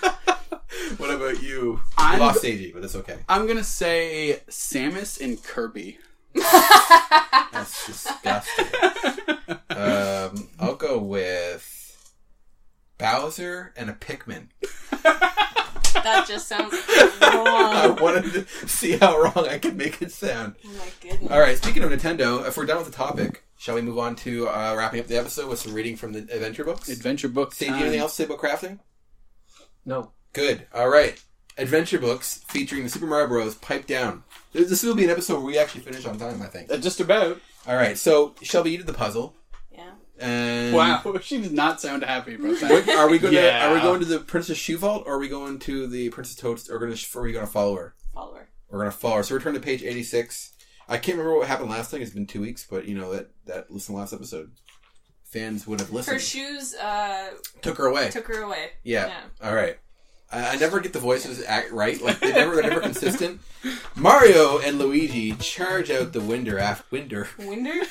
Speaker 1: what about you?
Speaker 2: I'm-
Speaker 1: Lost AG, but it's okay.
Speaker 2: I'm gonna say Samus and Kirby.
Speaker 1: That's
Speaker 2: (laughs)
Speaker 1: disgusting. um, I'll go with Bowser and a Pikmin. (laughs)
Speaker 3: That just sounds
Speaker 1: I
Speaker 3: wrong.
Speaker 1: wanted to see how wrong I could make it sound.
Speaker 3: Oh my goodness.
Speaker 1: All right. Speaking of Nintendo, if we're done with the topic, shall we move on to uh, wrapping up the episode with some reading from the adventure books?
Speaker 2: Adventure book.
Speaker 1: See, do you have
Speaker 2: time.
Speaker 1: anything else to say about crafting?
Speaker 4: No.
Speaker 1: Good. All right. adventure books featuring the Super Mario Bros. Pipe down. This this will be an episode where we actually finish on time, I think.
Speaker 2: Uh, Just about.
Speaker 1: All right, so Shelby, you did the puzzle.
Speaker 3: Yeah.
Speaker 1: And
Speaker 2: Wow, (laughs) she does not sound happy about that.
Speaker 1: What, are we going to
Speaker 2: (laughs) Yeah.
Speaker 1: are we going to the Princess Shoe Vault or are we going to the Princess Toad's or gonna are we gonna follow her?
Speaker 3: Follower.
Speaker 1: We're gonna follow her. So return to page eighty six. I can't remember what happened last time. It's been two weeks, but you know that that listen last episode. Fans would have listened.
Speaker 3: Her shoes uh,
Speaker 1: took her away.
Speaker 3: took her away.
Speaker 1: yeah. All right. I, I never get the voices act right. Like they never they're never consistent. Mario and Luigi charge out the window after window. (laughs)
Speaker 3: Winder? (laughs)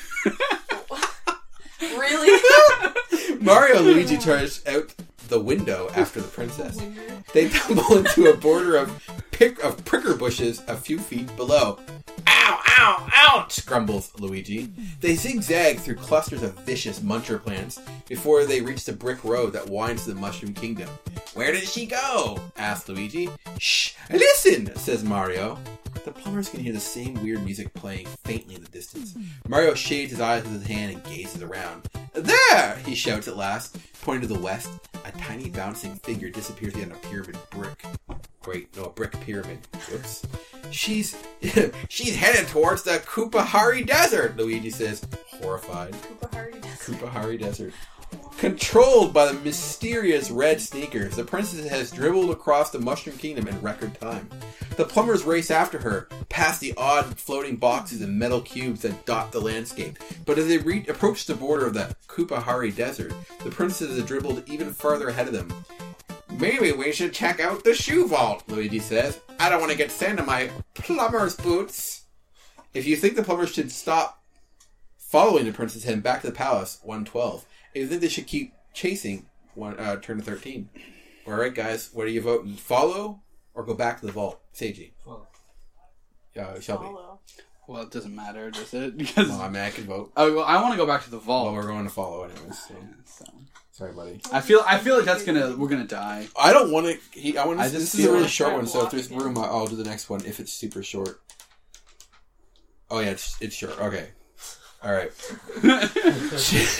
Speaker 3: really?
Speaker 1: Mario and Luigi charge out the window after the princess.
Speaker 3: Winder?
Speaker 1: They tumble into a border of pick of pricker bushes a few feet below. Ow, ow, ouch! grumbles Luigi. They zigzag through clusters of vicious muncher plants before they reach the brick road that winds to the Mushroom Kingdom. Where did she go? asks Luigi. Shh! Listen! says Mario. The plumbers can hear the same weird music playing faintly in the distance. Mario shades his eyes with his hand and gazes around. There! he shouts at last, pointing to the west. A tiny bouncing figure disappears behind a pyramid brick. Great, no, a brick pyramid. Whoops. She's (laughs) she's headed towards the Kupahari Desert, Luigi says, horrified.
Speaker 3: Cooper Hardy does
Speaker 1: Kupahari Desert. Controlled by the mysterious red sneakers, the princess has dribbled across the Mushroom Kingdom in record time. The plumbers race after her, past the odd floating boxes and metal cubes that dot the landscape. But as they re- approach the border of the Kupahari Desert, the princess is dribbled even farther ahead of them. Maybe we should check out the shoe vault, Luigi says. I don't want to get sand on my plumber's boots. If you think the plumbers should stop following the princess head back to the palace 112 if you think they should keep chasing one uh, turn to 13 all right guys what do you vote follow or go back to the vault Seiji
Speaker 5: Follow.
Speaker 1: uh, Shelby
Speaker 3: follow.
Speaker 2: Well, it doesn't matter, does it? (laughs) Because
Speaker 1: well, I mean I can vote
Speaker 2: oh, well, I want to go back to the
Speaker 1: well
Speaker 2: vault.
Speaker 1: we're going to follow anyways so.
Speaker 2: So.
Speaker 1: sorry buddy
Speaker 2: I feel I feel like that's gonna we're gonna die.
Speaker 1: I don't want to he, I want
Speaker 2: I
Speaker 1: to
Speaker 2: just
Speaker 1: this is a
Speaker 2: feel
Speaker 1: really
Speaker 2: like
Speaker 1: short
Speaker 3: I'm
Speaker 1: one so if there's
Speaker 3: walking.
Speaker 1: room I- I'll do the next one if it's super short oh yeah it's, it's short okay all
Speaker 2: (laughs)
Speaker 1: right (laughs)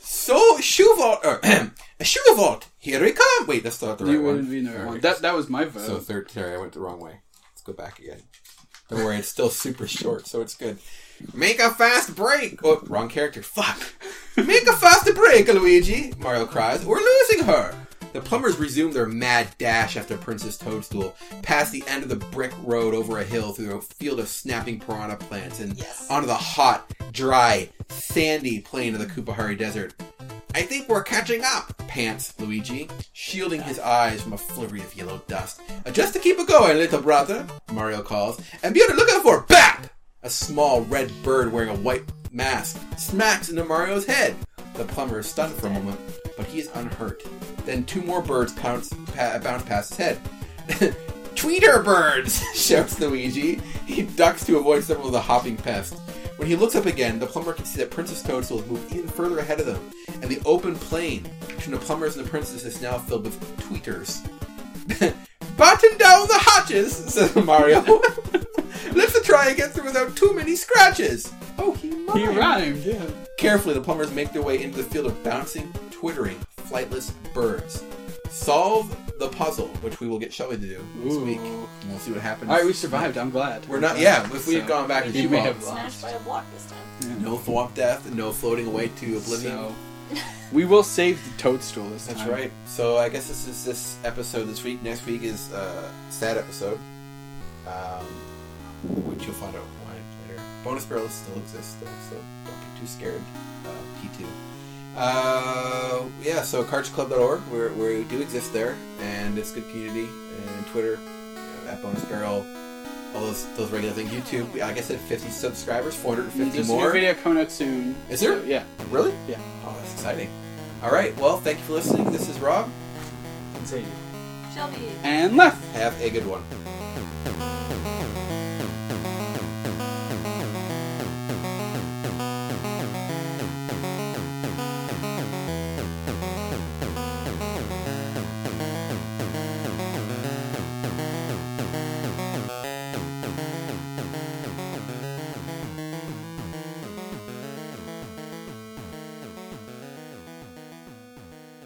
Speaker 1: so shoe vault er, (clears throat) a shoe vault here we come wait that's not the right
Speaker 2: you
Speaker 1: one
Speaker 2: wouldn't be number
Speaker 1: All
Speaker 2: one.
Speaker 1: right.
Speaker 2: That that was my vote.
Speaker 1: So third, sorry, I went the wrong way. Let's go back again. Don't worry, it's still super short, so it's good. Make a fast break! Oh, wrong character. Fuck! Make a fast break, Luigi! Mario cries. We're losing her! The plumbers resume their mad dash after Princess Toadstool, past the end of the brick road over a hill through a field of snapping piranha plants and onto the hot, dry, sandy plain of the Kupahari Desert. I think we're catching up, pants Luigi, shielding his eyes from a flurry of yellow dust. Uh, Just to keep it going, little brother, Mario calls. And be on the lookout for BAP! A small red bird wearing a white mask smacks into Mario's head. The plumber is stunned for a moment, but he is unhurt. Then two more birds pounce, pa- bounce past his head. (laughs) Tweeter birds! (laughs) shouts Luigi. He ducks to avoid several of the hopping pests. When he looks up again, the plumber can see that Princess Toadstool has moved even further ahead of them, and the open plain between the plumbers and the princess is now filled with tweeters. (laughs) Button down the hatches, (laughs) says Mario. Let's try and get through without too many scratches. Oh, he might.
Speaker 2: he rhymed. Yeah.
Speaker 1: Carefully, the plumbers make their way into the field of bouncing, twittering, flightless birds. Solve the puzzle, which we will get Shelby to do this
Speaker 2: Ooh.
Speaker 1: week. And We'll see what happens.
Speaker 2: All right, we survived. I'm glad.
Speaker 1: We're not. Yeah, if we had gone back to
Speaker 2: You may
Speaker 1: Chewbacca,
Speaker 2: have
Speaker 3: Smashed by a block this time.
Speaker 1: no thwomp death, and no floating away to oblivion.
Speaker 2: So we will save the toadstool this time.
Speaker 1: That's right. So I guess this is this episode this week. Next week is a sad episode, um, which you'll find out why later. Bonus barrels still exist, though, so don't be too scared. Uh, P two. Uh, yeah. So cardsclub.org, we're, we do exist there, and it's a good community. And Twitter, you know, at bonus barrel, all those those regular things. YouTube, like I said, fifty subscribers, four hundred and fifty
Speaker 2: There's a new
Speaker 1: more.
Speaker 2: video coming out soon.
Speaker 1: Is there?
Speaker 2: So, yeah.
Speaker 1: Really?
Speaker 2: Yeah.
Speaker 1: Oh, that's exciting. All right. Well, thank you for listening. This is Rob.
Speaker 5: Insane.
Speaker 3: Shelby.
Speaker 2: And left.
Speaker 1: Have a good one.